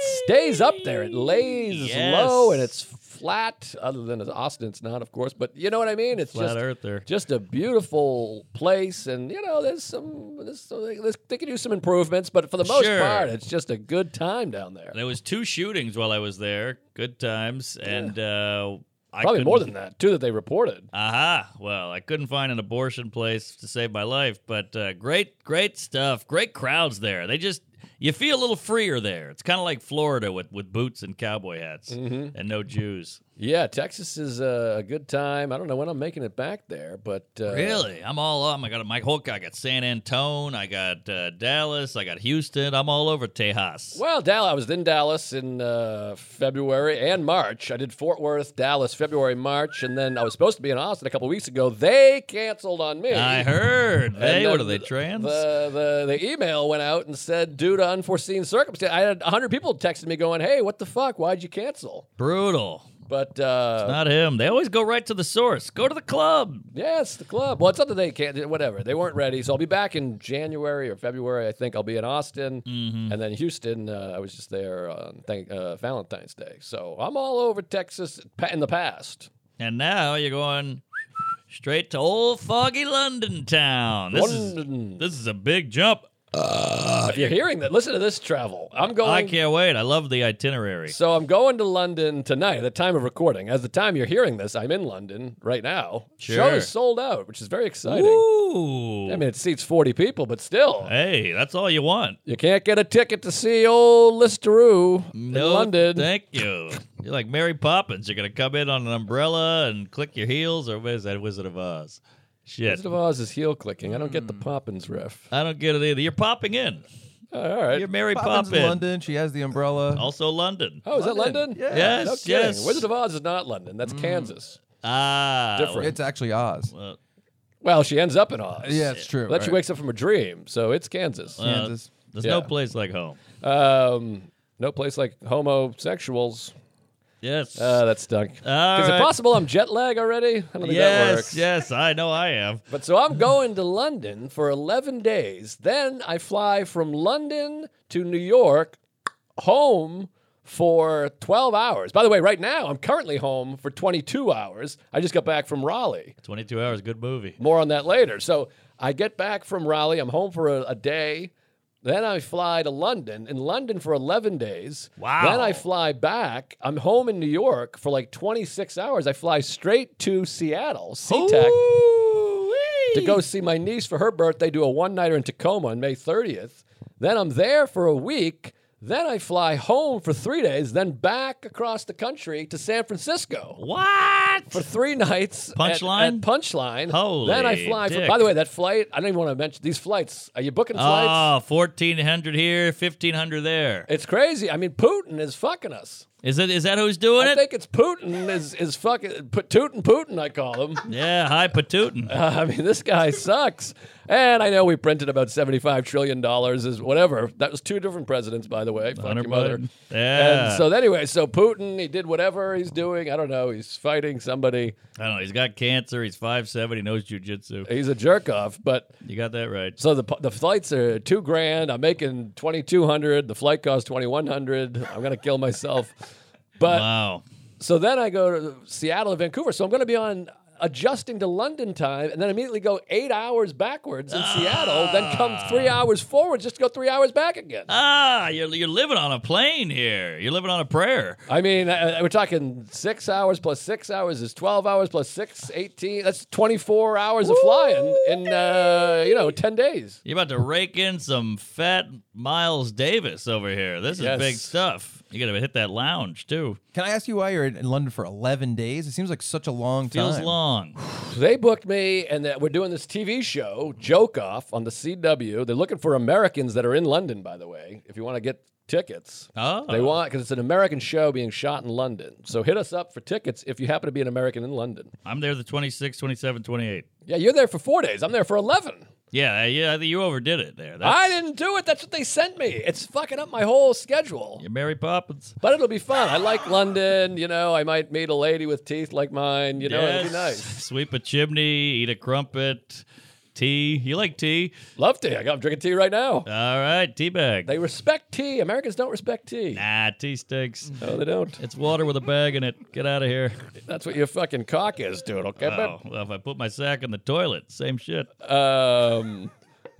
stays up there. It lays
Yes.
low, and it's flat. Other than Austin, it's not, of course, but you know what I mean. It's
Flat
just
Earth there.
just a beautiful place, and you know, there's some there's, some- there's, they can do some improvements, but for the most
Sure.
part, it's just a good time down there.
There was two shootings while I was there. Good times, and uh, I
Probably more
couldn't-
than that, too, that they reported.
Aha! Well, I couldn't find an abortion place to save my life, but uh, great, great stuff. Great crowds there. They just you feel a little freer there. It's kind of like Florida with with boots and cowboy hats
Mm-hmm.
and no Jews.
Yeah, Texas is uh, a good time. I don't know when I'm making it back there, but uh,
Really, I'm all. Oh my god, Mike Holk. I got San Antone. I got uh, Dallas. I got Houston. I'm all over Tejas.
Well, Dallas. I was in Dallas in uh, February and March. I did Fort Worth, Dallas, February, March, and then I was supposed to be in Austin a couple weeks ago. They canceled on me.
I heard
And
they.
then
What are they
the-
trans?
The, the the email went out and said due to unforeseen circumstances. I had hundred people texting me going, "Hey, what the fuck? Why'd you cancel?"
Brutal.
But uh,
Not him. They always go right to the source. Go to the club.
yeah, it's the club. Well, it's not that they can't. Whatever, they weren't ready. So I'll be back in January or February. I think I'll be in Austin
Mm-hmm.
and then Houston. Uh, I was just there on thank, uh, Valentine's Day, so I'm all over Texas pa- in the past.
And now you're going straight to old foggy London town. This
London.
is this is a big jump.
If you're hearing that, listen to this travel. I'm going.
Uh, I can't wait. I love the itinerary.
So I'm going to London tonight at the time of recording. As the time you're hearing this, I'm in London right now. Show
Sure.
is sold out, which is very exciting.
Ooh.
I mean, it seats 40 people, but still,
hey, that's all you want.
you can't get a ticket to see old Listeroo
No,
in London.
Thank you. You're like Mary Poppins. You're gonna come in on an umbrella and click your heels, or what is that Wizard of Oz? Shit.
Wizard of Oz is heel clicking. I don't get the
Hmm.
Poppins riff.
I don't get it either. You're popping in.
all right.
You're Mary
Poppins in
Poppins.
London. She has the umbrella.
Also London.
Oh, is that
London.
London?
Yeah.
Yes,
No kidding.
yes. Hmm.
Wizard of Oz is not London. That's Kansas.
Ah,
Different.
It's actually Oz.
well,
Well, she ends up in Oz.
Yeah, it's true.
But then she
right.
wakes up from a dream, so it's Kansas.
uh,
Kansas.
there's
Yeah.
no place like home.
Um, no place like homosexuals.
Yes.
Uh, that stunk. Is
All
it
right.
possible I'm jet lag already? I don't think that
Yes,
works.
yes, I know I am.
But so I'm going to London for 11 days. Then I fly from London to New York, home for 12 hours. By the way, right now I'm currently home for 22 hours. I just got back from Raleigh.
22 hours, good movie.
More on that later. So I get back from Raleigh. I'm home for a, a day. Then I fly to London. In London for 11 days.
Wow.
Then I fly back. I'm home in New York for like 26 hours. I fly straight to Seattle, E SeaTac, to go see my niece for her birthday, do a one nighter in Tacoma on May 30th. Then I'm there for a week. Then I fly home for three days, then back across the country to San Francisco for
What?
three nights. at-
Punchline?
At, Punchline.
Holy
Then I fly. For,
dick.
by the way, that flight. I don't even want to mention these flights. Are you booking flights?
Oh, 1400 here, 1500 there.
It's crazy. I mean, Putin is fucking us.
Is it is that who's doing
I
it?
think it's Putin is is fucking put Tootin Putin. I call him.
yeah, hi Patootin.
Uh, <laughs> I mean, this guy sucks. And I know we printed about seventy-five trillion dollars is whatever. That was two different presidents, by the way. Fuck
Hunter
your mother.
Biden. Yeah.
And so anyway, so Putin, he did whatever he's doing. I don't know. He's fighting somebody.
I don't know, he's got cancer, he's 5'7, he knows jujitsu.
He's a jerk off, but
You got that right.
So the the flights are two grand. I'm making twenty two hundred. The flight costs twenty one hundred. I'm gonna kill myself. But
Wow.
so then I go to Seattle and Vancouver. So I'm gonna be on adjusting to London time and then immediately go eight hours backwards in Seattle, then come three hours forward just to go three hours back again.
Ah, you're, you're living on a plane here. You're living on a prayer.
I mean, uh, we're talking six hours plus six hours is 12 hours plus six, 18. That's 24 hours of flying in, uh, you know, 10 days.
You're about to rake in some fat Miles Davis over here. This is
Yes.
big stuff. You got to hit that lounge too.
Can I ask you why you're in in London for 11 days? It seems like such a long
Feels
time.
long.
<sighs> So they booked me, and that we're doing this TV show, Joke Off, on the CW. They're looking for Americans that are in London, by the way, if you want to get tickets.
Oh.
They want, because it's an American show being shot in London. So hit us up for tickets if you happen to be an American in London.
I'm there the 26, 27, 28.
Yeah, you're there for four days. I'm there for 11.
Yeah, yeah, I think you overdid it there. That's,
I didn't do it. That's what they sent me. It's fucking up my whole schedule.
you're Mary Poppins.
But it'll be fun. I like London. You know, I might meet a lady with teeth like mine. You know, it'll be nice.
<laughs> Sweep a chimney, eat a crumpet, tea. You like tea?
Love tea. I got, I'm drinking tea right now.
All right, tea bag.
They respect tea. Americans don't respect tea.
nah, tea stinks.
No, they don't.
It's water with a bag in it. Get out of here.
That's what your fucking cock is, dude. Okay,
Oh, well, if I put my sack in the toilet, same shit.
but um,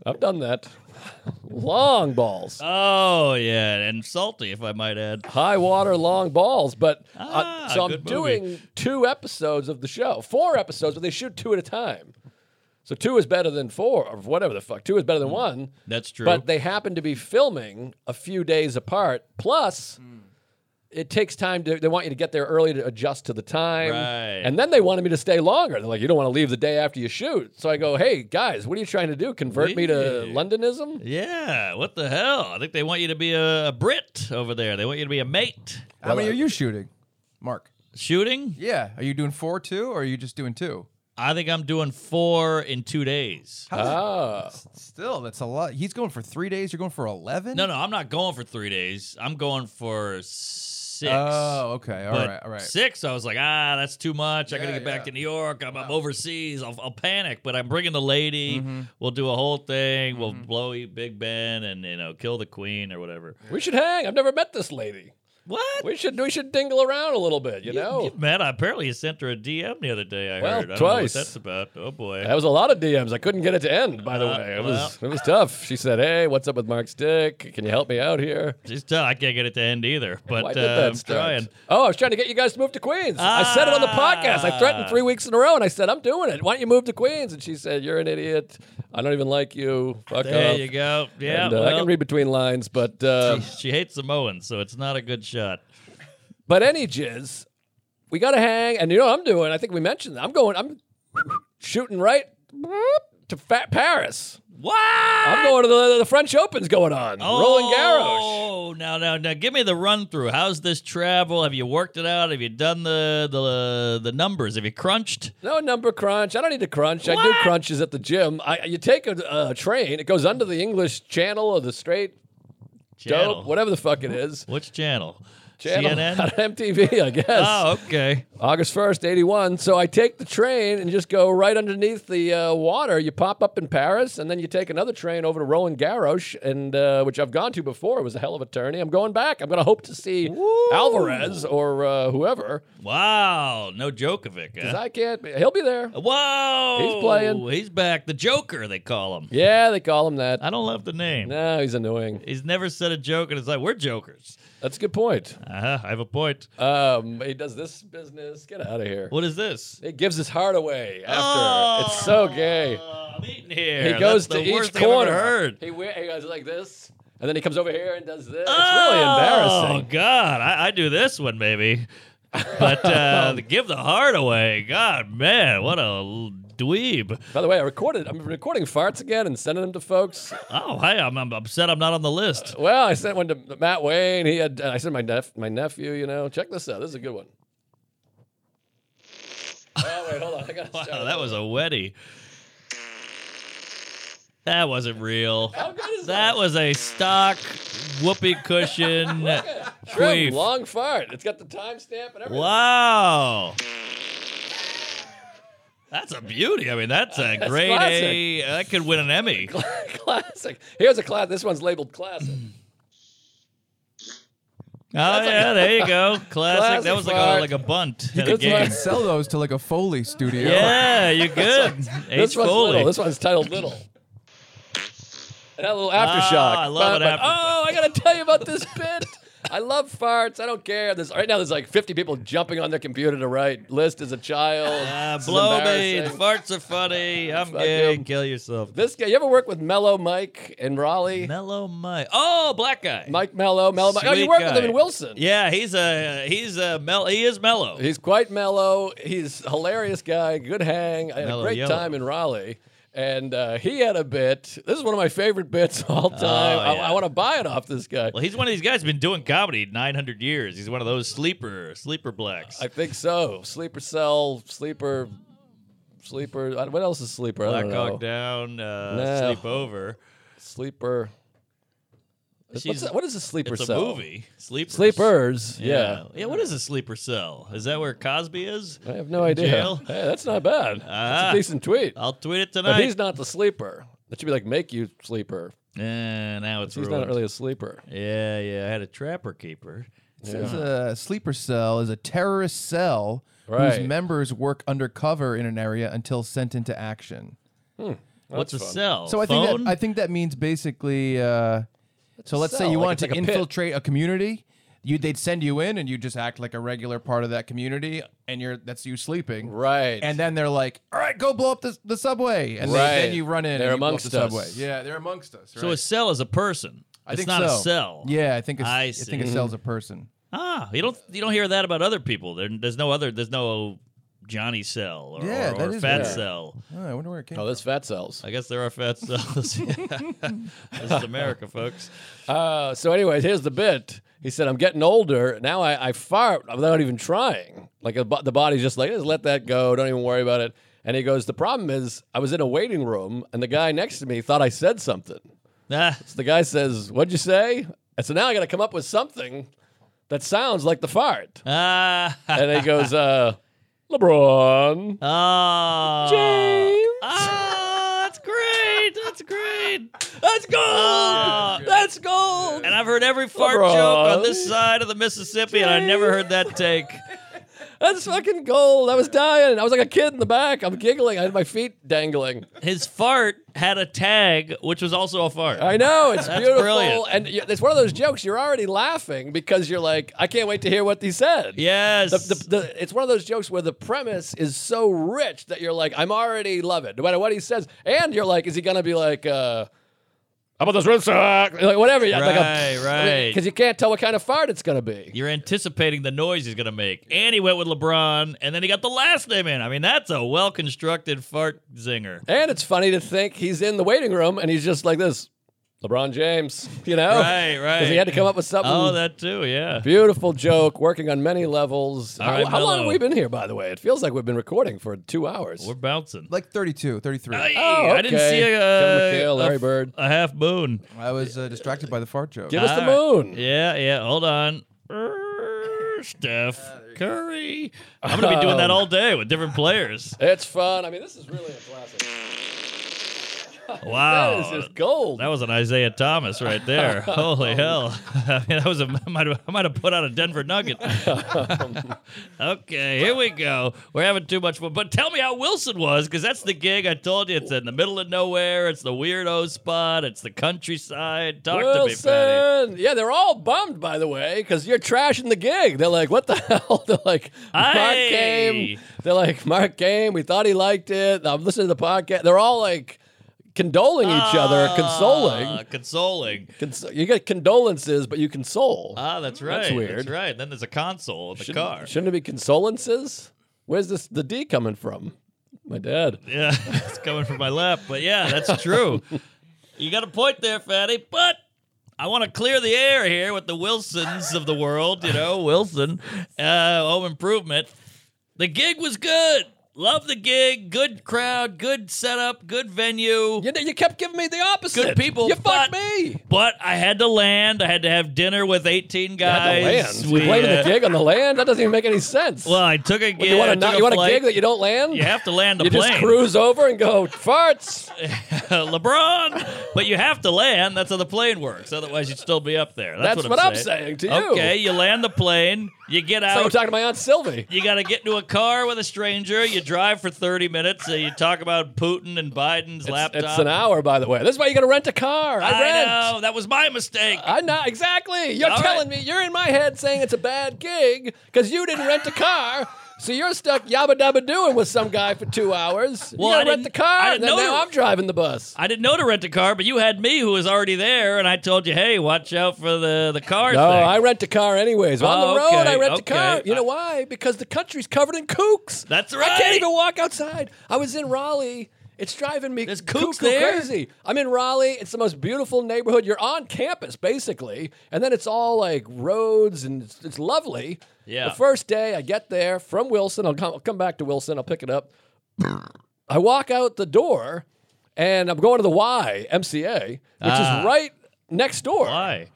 I've done that. <laughs> Long balls,
Oh, yeah, and salty, if I might add.
high water, long balls. But uh,
Ah,
so I'm
good movie.
doing two episodes of the show, four episodes, but they shoot two at a time. So two is better than four, or whatever the fuck. Two is better than one.
Hmm. That's true.
But they happen to be filming a few days apart. Plus,
Hmm.
it takes time to. They want you to get there early to adjust to the time,
Right.
and then they wanted me to stay longer. They're like, "You don't want to leave the day after you shoot." So I go, "Hey guys, what are you trying to do? Convert me to
Weird.
Londonism?"
yeah, what the hell? I think they want you to be a, a Brit over there. They want you to be a mate.
How many are you shooting, Mark?
Shooting?
Yeah. Are you doing four, two, or are you just doing two?
I think I'm doing four in two days.
Ah,
Still, that's a lot. He's going for three days. You're going for 11?
No, no, I'm not going for three days. I'm going for six.
Oh, okay. All right,
But
all right.
Six, I was like, ah, that's too much. I gotta
Yeah,
get back
yeah. Mm-hmm.
to New York. I'm, I'm overseas. I'll, I'll panic, but I'm bringing the lady. We'll do a whole thing. We'll blow you Big Ben and you know kill the Queen or whatever.
we should hang. I've never met this lady.
What?
We should we should dingle around a little bit, you know.
You, <laughs> man, apparently you sent her a DM the other day. I
Well,
heard. I don't know what
twice.
that's about. Oh boy.
that was a lot of DMs. I couldn't get it to end. By the
Uh,
way, it was it was tough. She said, "Hey, what's up with Mark's dick? Can you help me out here?"
Just tell I can't get it to end
<laughs>
either. But
Why
uh,
did that
I'm
start?
trying.
Oh, I was trying to get you guys to move to Queens. I said it on the podcast. I threatened
Ah.
three weeks in a row, and I said, I'm doing it. Why don't you move to Queens? And she said, You're an idiot. I don't even like you. Fuck
There
off.
you go. Yeah.
And, uh, I
well,
can read between lines, but uh,
she hates Samoans, so it's not a good shot.
but any jizz, we got to hang. And you know what I'm doing? I think we mentioned that. I'm going, I'm shooting right to fat Paris.
What? Ah.
I'm going to the, the French Open's going on. Roland Garros.
Oh, now, now, now, give me the run through. How's this travel? Have you worked it out? Have you done the the the numbers? Have you crunched?
No number crunch. I don't need to crunch. I do
What?
crunches at the gym. I, you take a, a train, it goes under the English Channel or the Straight
Channel.
Dope, whatever the fuck it is.
Which channel?
Channel <laughs>
CNN.
on MTV, I guess.
oh, okay.
August 1st, 81. So I take the train and just go right underneath the uh, water. You pop up in Paris, and then you take another train over to Roland Garros, and uh, which I've gone to before. It was a hell of a tourney. I'm going back. I'm going to hope to see Alvarez or uh, whoever.
Wow, no Djokovic.
'cause
Huh?
I can't. be- He'll be there.
Whoa,
He's playing.
He's back. The Joker, they call him.
Yeah, they call him that.
I don't love the name.
No, he's annoying.
He's never said a joke, and it's like we're jokers.
That's a good point.
Uh-huh, I have a point.
Um, he does this business. Get out of here.
What is this?
It gives his heart away after.
Oh.
It's so gay.
Uh, I'm eating here.
He goes
That's
to
the
each
worst thing I've ever
corner.
heard.
He, we- he goes like this, and then he comes over here and does this.
Oh,
it's really
Oh
embarrassing.
God, I, I do this one maybe, but <laughs> uh, the give the heart away. God, man, what a l- dweeb.
By the way, I recorded. I'm recording farts again and sending them to <laughs> folks.
Oh, hey, I'm, I'm upset. I'm not on the list.
Well, I sent one to Matt Wayne. He had. I sent my nep- my nephew. You know, check this out. This is a good <laughs> one. Oh wait, hold on. I gotta start
Wow,
it
that was a wetty. That wasn't real.
How good is
That
that?
was a stock whoopee
<laughs>
cushion.
Trim,
queef.
long fart. It's got the timestamp and everything. <laughs>
Wow. That's a beauty. I mean, that's a
That's
great
classic.
A. That could win an
<laughs>
Emmy.
classic. Here's a class. This one's labeled classic.
Oh yeah, there you
<laughs>
go. Classic.
Classic
That was like
fuck.
a like a bunt in a
That's
game.
why-
I'd sell those to like a Foley studio.
Yeah, you're good. H
This one's
Foley.
little. This one's titled
<laughs>
Little. And that little aftershock.
Ah, I love an
But- but,
aftershock.
Oh, I gotta tell you about this bit. I love farts. I don't care. There's right now. There's like 50 people jumping on their computer to write list as a child.
Ah,
This is
blow me. The
embarrassing.
farts are funny. I'm
Fuck
gay.
him.
Kill yourself.
This guy. You ever work with Mellow Mike and Raleigh?
Mellow Mike. Oh, black guy.
Mike Mellow. Mellow Mike. Oh, you
Sweet
work with
guy.
him in Wilson.
Yeah, he's a he's a mel. He is mellow.
He's quite mellow. He's a hilarious guy. Good hang. I had
Mellow
a great
yellow.
time in Raleigh. And uh, he had a bit. This is one of my favorite bits of all time. I- I,
Oh, yeah.
want to buy it off this guy.
Well, he's one of these guys who's been doing comedy 900 years. He's one of those sleeper sleeper blacks.
I think so. Sleeper cell, sleeper, sleeper. I- What else is sleeper? I
Black
don't know.
Hawk Down, uh,
No.
Sleep Over.
Sleeper. What's
She's-
that- what is a sleeper
It's a
cell?
movie. Sleepers.
Sleepers.
Yeah.
Yeah.
yeah. What is a sleeper cell? Is that where Cosby is?
I have no idea.
Jail.
Hey, that's not bad.
Ah.
that's a decent tweet.
I'll tweet it
but
tonight.
he's not the sleeper. That should be like make you sleeper.
Eh, now it's
He's
ruined.
not really a sleeper.
Yeah, yeah. I had a trapper keeper.
It says a sleeper cell is a terrorist cell
Right.
whose members work undercover in an area until sent into action.
What's a cell?
So I think
Phone?
that I think that means basically. Uh, so let's say
cell,
you
like
wanted
it's
to
like a pit.
infiltrate a community. You they'd send you in and you just act like a regular part of that community, and you're that's you sleeping.
Right.
And then they're like, "All right, go blow up the, the subway," and
Right.
they, then you run in.
They're
and you blow up
amongst
the
us.
subway. Yeah, they're amongst us.
so
right?
a cell is a person.
I
it's
think
not
so.
a cell.
Yeah, I think it's,
I
I, think a
see. Mm-hmm.
cell's a person.
Ah, you don't you don't hear that about other people. There, there's no other. There's no Johnny Cell or,
Yeah,
or,
that
or
is
Fat
weird.
Cell.
Oh, I wonder where it came.
oh,
from.
there's fat cells.
I guess there are fat cells.
<laughs>
<laughs> this is America, folks.
Uh, so, anyways, here's the bit. He said, "I'm getting older now. I, I fart without even trying. Like a, bo- the body's just like, just let that go. Don't even worry about it." And he goes, "The problem is, I was in a waiting room, and the guy next to me thought I said something.
Ah,
So the guy says, "What'd you say?" And so now I got to come up with something that sounds like the fart.
ah,
And he goes, uh, "LeBron."
<laughs> ah.
James.
Ah, that's great. That's great.
That's gold.
Ah.
That's gold.
And I've heard every fart
LeBron.
joke on this side of the Mississippi, and I never heard that take.
That's fucking gold. I was dying. I was like a kid in the back. I'm giggling. I had my feet dangling.
His fart had a tag, which was also a fart.
I know
<laughs>
it's
That's
beautiful,
brilliant.
and y- it's one of those jokes. You're already laughing because you're like, I can't wait to hear what he said.
Yes.
The, the, the, it's one of those jokes where the premise is so rich that you're like, I'm already love it, no matter what he says. And you're like, is he gonna be like, uh, how about this red sock? Like whatever, right,
Right, right.
Because you can't tell what kind of fart it's gonna be.
You're anticipating the noise he's going to make. And he went with LeBron, and then he got the last name in. I mean, that's a well constructed fart zinger.
And it's funny to think he's in the waiting room and he's just like this, LeBron James, you know?
Right, right.
Because Oh. he had to come up with something.
Oh, that too, yeah.
Beautiful joke, working on many levels.
All
how
right,
how long have
Mello.
we been here, by the way? It feels like we've been recording for two hours.
We're bouncing.
Like 32, 33.
Hey,
Oh,
I didn't
okay.
see a, uh,
Kevin McHale,
a-
Larry Bird.
a half moon.
I was uh, distracted by the fart joke.
Give us the
All right.
moon.
Ah, Yeah, yeah. Hold on. Err, Steph Curry. I'm going to be doing
<laughs>
that all day with different players.
It's fun. I mean, this is really a classic.
Wow.
That is just gold.
Oh, That was an Isaiah Thomas right
<laughs>
there.
Oh.
Holy hell! <laughs> I mean, that was a <laughs> I might have, I might have put out a Denver Nugget. <laughs> okay, here we go. We're having too much fun. But tell me how Wilson was, because that's the gig I told you. It's in the middle of nowhere. It's the weirdo spot. It's the countryside. Talk to me, Patty.
Wilson. Yeah, they're all bummed, by the way, because you're trashing the gig. They're like, what the <laughs> hell? They're like, Mark
Aye.
came. They're like, Mark came. We thought he liked it. I'm listening to the podcast. They're all like condoling each other,
Ah,
consoling.
consoling.
Cons- you get condolences, but you console.
Ah, that's right.
That's weird.
right. Then there's a console in the car.
Shouldn't it be consolences? Where's this the D coming from? My dad.
Yeah, <laughs> it's coming from my lap. But yeah, that's true. you got a point there, Fatty. But I want to clear the air here with the Wilsons of the world. You know, Wilson, uh, home improvement. The gig was good. Love the gig. Good crowd. Good setup. Good venue.
You, you kept giving me the opposite.
Good people,
You fucked
but-
me.
But I had to land. I had to have dinner with 18
At the
guys.
land. You played in the
uh,
gig on the land? That doesn't even make any sense.
Well, I took a gig.
you want,
I
a,
took
not,
a
you want a
flight.
gig that you don't land?
You have to land the
You
plane.
just cruise over and go, farts.
<laughs> LeBron. But you have to land. That's how the plane works. Otherwise, you'd still be up there. That's,
That's
what,
what
I'm,
I'm saying to you.
Okay, you land the plane. You get
So I'm
out.
talking to my Aunt Sylvie.
you got to get into a car with a stranger. You drive for 30 minutes. So you talk about Putin and Biden's
It's,
laptop.
it's an hour, by the way. This is why you got to rent a car. I, Uh,
I
rent.
know. That was my mistake.
I know exactly. You're
All
telling me you're in my head saying it's a bad gig because you didn't rent a car. So you're stuck yabba dabba doing with some guy for two hours.
Well,
you
I
gotta rent the
didn't-
car,
I
and
didn't
then
know-
now I'm driving the bus.
I didn't know to rent a car, but you had me who was already there, and I told you, hey, watch out for the, the car
No,
thing.
I rent a car anyways. On
Oh,
the road, I
okay,
rent a
okay.
car. You know
I-
why? Because the country's covered in kooks.
That's
I can't
right.
even walk outside. I was in Raleigh. It's driving me
There's kooks
cuckoo
there?
crazy. I'm in Raleigh. It's the most beautiful neighborhood. You're on campus basically, and then it's all like roads and it's, it's lovely.
Yeah.
The first day I get there from Wilson, I'll come, I'll come back to Wilson. I'll pick it up. I walk out the door, and I'm going to the Y MCA, which
Ah.
is right next door
Why?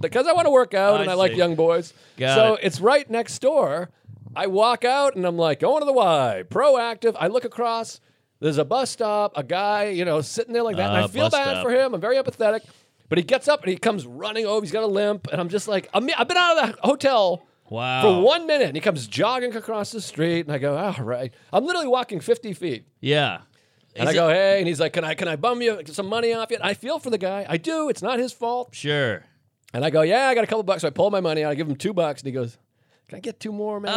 because I want to work out
I
and I like
see.
young boys.
Got
so
it.
it's right next door. I walk out and I'm like, going to the Y, proactive. I look across. There's a bus stop, a guy, you know, sitting there like that. and
Ah,
I feel
bus
bad
stop.
for him. I'm very empathetic. But he gets up and he comes running over. He's got a limp. And I'm just like, I'm, I've been out of the hotel
Wow.
for one minute. And he comes jogging across the street. And I go, all right. I'm literally walking 50 feet.
Yeah. Is
And I
it-
go, hey. And he's like, can I, can I bum you some money off you? And I feel for the guy. I do. It's not his fault.
Sure.
And I go, yeah, I got a couple bucks. So I pull my money out. I give him two bucks, and he goes, "Can I get two more, man?"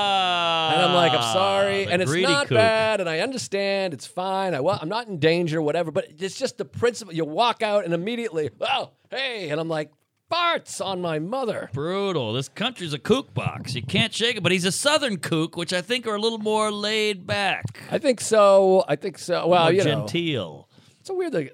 Ah.
and I'm like, "I'm sorry,"
the
and it's
greedy
not
kook.
bad, and I understand. It's fine. I well, I'm not in danger, whatever. But it's just the principle. You walk out, and immediately, oh, hey, and I'm like, farts on my mother.
Brutal. This country's a kook box. You can't shake it. But he's a southern kook, which I think are a little more laid back,
I think so. I think so. Well,
more
Oh, you know,
genteel.
it's a weird thing.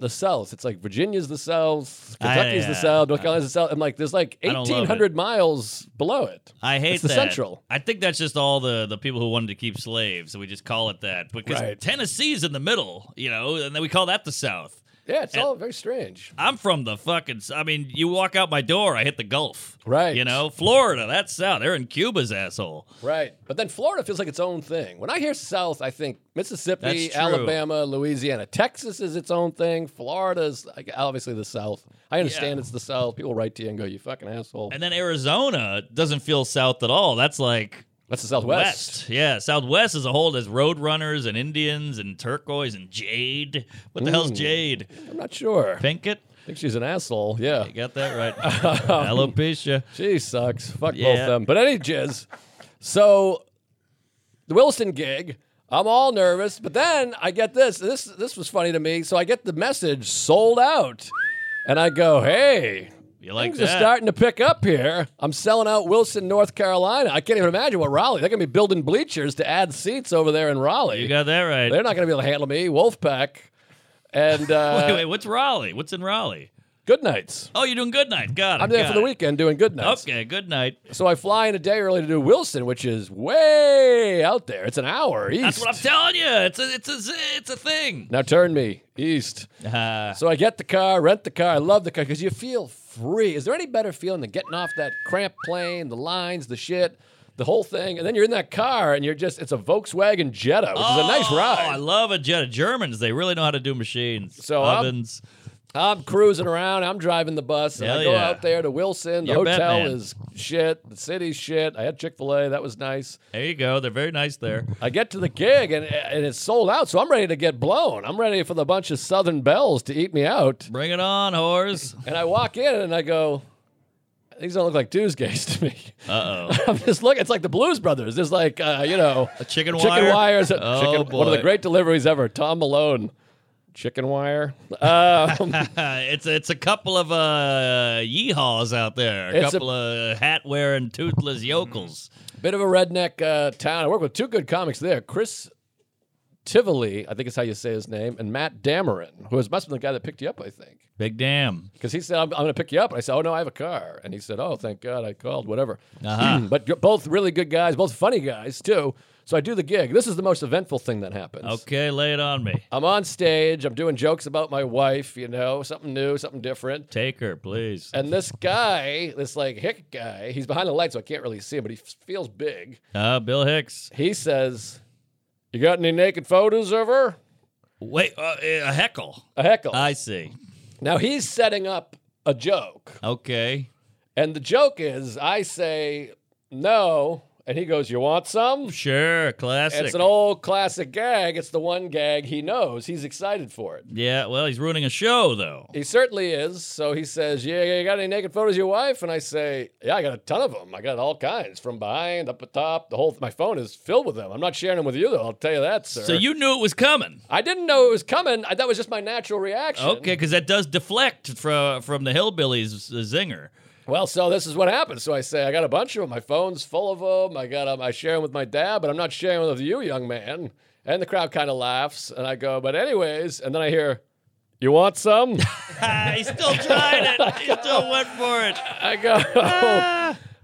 The South. It's like Virginia's the South, Kentucky's the
Ah, yeah.
South, North Carolina's the South. I'm like, there's like
don't love it.
1,800 miles below it.
I hate
It's the
that.
Central.
I think that's just all the, the people who wanted to keep slaves. So we just call it that because
Right.
Tennessee's in the middle, you know, and then we call that the South.
Yeah, it's all very strange.
I'm from the fucking. I mean, you walk out my door, I hit the Gulf.
Right.
You know, Florida. That's South. They're in Cuba's asshole.
Right. But then Florida feels like its own thing. When I hear South, I think Mississippi,
That's true.
Alabama, Louisiana. Texas is its own thing. Florida's like, obviously the South. I understand
Yeah.
it's the South. People write to you and go, you fucking asshole.
And then Arizona doesn't feel South at all. That's like
That's the Southwest.
West. Yeah, Southwest as a whole has roadrunners and Indians and turquoise and jade. What the hell's jade?
I'm not sure. I
Pinkett?
think she's an asshole. Yeah.
You got that
<laughs>
right.
Um,
Alopecia.
She sucks. Fuck both
Yeah.
of them. But any jizz. So the Wilson gig, I'm all nervous, but then I get this. This this was funny to me. So I get the message sold out. And I go, hey,
You like
things are
that?
starting to pick up here. I'm selling out Wilson, North Carolina. I can't even imagine what Raleigh. They're gonna be building bleachers to add seats over there in Raleigh.
You got that right.
They're not gonna be able to handle me, Wolfpack.
<laughs>
And uh,
wait, wait, what's Raleigh? What's in Raleigh?
good nights.
Oh, you're doing good night. Got it.
I'm there
got
for the
it.
weekend doing good nights.
Okay, good
<laughs>
night.
So I fly in a day early to do Wilson, which is way out there. It's an hour east.
That's what I'm telling you. It's a, it's a, it's a thing.
now turn me east.
Uh,
So I get the car, rent the car. I love the car because you feel free. Is there any better feeling than getting off that cramped plane, the lines, the shit, the whole thing? And then you're in that car and you're just, it's a Volkswagen Jetta, which is a nice
oh,
ride.
I love a Jetta. Germans, they really know how to do machines.
So um, I'm-
ovens.
I'm cruising around. I'm driving the bus. And I
Hell
go
yeah.
out there to Wilson. The
You're
hotel
Batman.
is shit. The city's shit. I had Chick fil A. That was nice.
There you go. They're very nice there.
I get to the gig and and it's sold out, so I'm ready to get blown. I'm ready for the bunch of Southern Bells to eat me out.
Bring it on, whores.
And I walk in and I go, these don't look like Tuesdays <laughs> to me.
Uh oh.
<laughs> I'm just looking. It's like the Blues Brothers. There's like uh, you know,
A chicken wire.
chicken wires.
Oh,
chicken, one of the
boy.
great deliveries ever. Tom Malone, chicken wire.
<laughs>
Um,
<laughs> it's it's a couple of uh, yeehaws out there. A
It's a-
couple of hat wearing toothless yokels.
bit of a redneck uh, town. I work with two good comics there, Chris. Tivoli, I think is how you say his name, and Matt Dameron, who is must have been the guy that picked you up, I think.
Big damn.
Because he said, I'm, I'm going to pick you up. And I said, Oh, no, I have a car. And he said, Oh, thank God I called, whatever. <clears throat>
Uh-huh.
but you're both really good guys, both funny guys, too. So I do the gig. This is the most eventful thing that happens.
Okay, lay it on me.
I'm on stage. I'm doing jokes about my wife. You know, something new, something different.
Take her, please.
And this guy, this like hick guy, he's behind the light, so I can't really see him, but he f- feels big.
Uh, Bill Hicks.
He says, "You got any naked photos of her?"
Wait, uh, a heckle.
A heckle.
I see.
now he's setting up a joke,
Okay.
and the joke is I say no, and he goes, "You want some?"
Sure, classic.
It's an old classic gag. It's the one gag he knows. He's excited for it.
yeah, well, he's ruining a show, though.
He certainly is. So he says, "Yeah, you got any naked photos of your wife?" And I say, "Yeah, I got a ton of them. I got all kinds, from behind, up at top. The whole my phone is filled with them. I'm not sharing them with you, though. I'll tell you that, sir.
So you knew it was coming.
I didn't know it was coming. I, that was just my natural reaction.
Okay, because that does deflect from from the hillbillies uh, <laughs> zinger.
Well, so this is what happened. So I say, I got a bunch of them. My phone's full of them. I got 'em- I share them with my dad, but I'm not sharing them with you, young man. And the crowd kind of laughs, and I go, but anyways, and then I hear, "You want some?" <laughs>
Ah, he still tried it. <laughs> He still went for it. <laughs>
I go,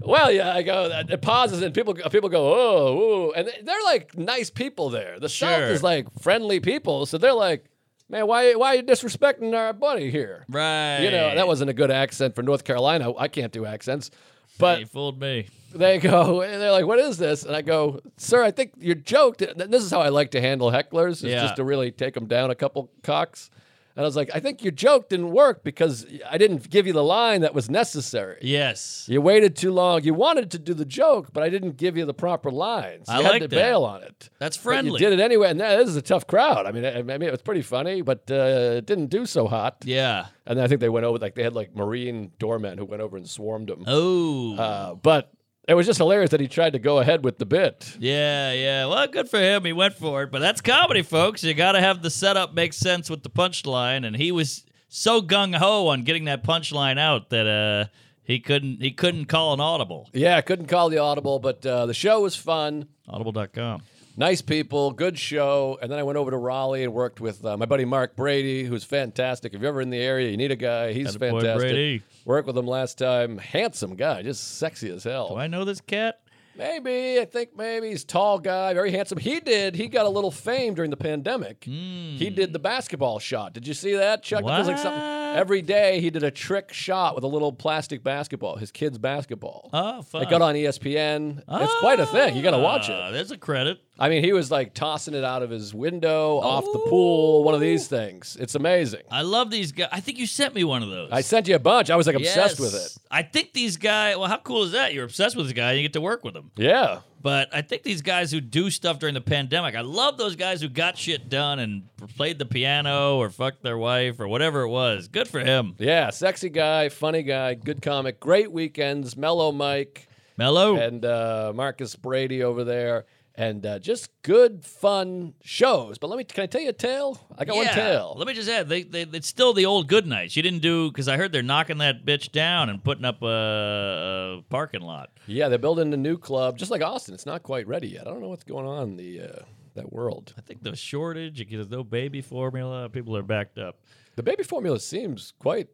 well, yeah. I go. uh, It pauses, and people uh, people go, oh, ooh. and they're like nice people there. The South
Sure.
is like friendly people, so they're like, man, why why are you disrespecting our buddy here?
Right.
You know, that wasn't a good accent for North Carolina. I can't do accents, but
He fooled me.
they go and they're like, "What is this?" And I go, "Sir, I think you're joked." And this is how I like to handle hecklers: is
Yeah.
just to really take them down a couple cocks. And I was like, "I think your joke didn't work because I didn't give you the line that was necessary.
Yes.
You waited too long. You wanted to do the joke, but I didn't give you the proper lines.
I
you had
like
to
that.
bail on it.
That's
But
friendly.
You did it anyway, and that- this is a tough crowd. I mean, I, I mean, it was pretty funny, but uh, it didn't do so hot.
Yeah.
And I think they went over like they had like marine doormen who went over and swarmed them.
Oh.
Uh, but it was just hilarious that he tried to go ahead with the bit.
yeah, yeah. Well, good for him. He went for it. But that's comedy, folks. You got to have the setup make sense with the punchline. And he was so gung ho on getting that punchline out that uh, he couldn't he couldn't call an audible.
Yeah, I couldn't call the audible, but uh, the show was fun.
Audible.com.
Nice people, good show. And then I went over to Raleigh and worked with uh, my buddy Mark Brady, who's fantastic. If you're ever in the area, you need a guy. He's
Attaboy,
fantastic.
Brady.
Worked with him last time. Handsome guy, just sexy as hell.
Do I know this cat?
Maybe I think maybe he's a tall guy, very handsome. He did. He got a little fame during the pandemic.
Hmm.
He did the basketball shot. Did you see that, Chuck? That was like something.
What?
Every day he did a trick shot with a little plastic basketball, his kids' basketball.
Oh, fun.
It got on E ESPN. It's quite a thing. You got to watch
Ah,
it.
There's a credit.
I mean, he was like tossing it out of his window, off the pool, one of these things. It's amazing.
I love these guys. I think you sent me one of those.
I sent you a bunch. I was like obsessed with
Yes.
it.
I think these guys. Well, how cool is that? You're obsessed with this guy. and You get to work with him.
Yeah.
But I think these guys who do stuff during the pandemic, I love those guys who got shit done and played the piano or fucked their wife or whatever it was. Good for him,
Yeah. Sexy guy, funny guy, good comic, great weekends, mellow Mike.
Mello.
and uh, Marcus Brady over there, and uh, just good fun shows. But let me can I tell you a tale? I got one tale.
Let me just add, they, they, it's still the old good nights. You didn't do because I heard they're knocking that bitch down and putting up a, a parking lot.
yeah, they're building a new club, just like Austin. It's not quite ready yet. I don't know what's going on in the uh, that world.
I think the shortage. you get- There's no baby formula. People are backed up.
The baby formula seems quite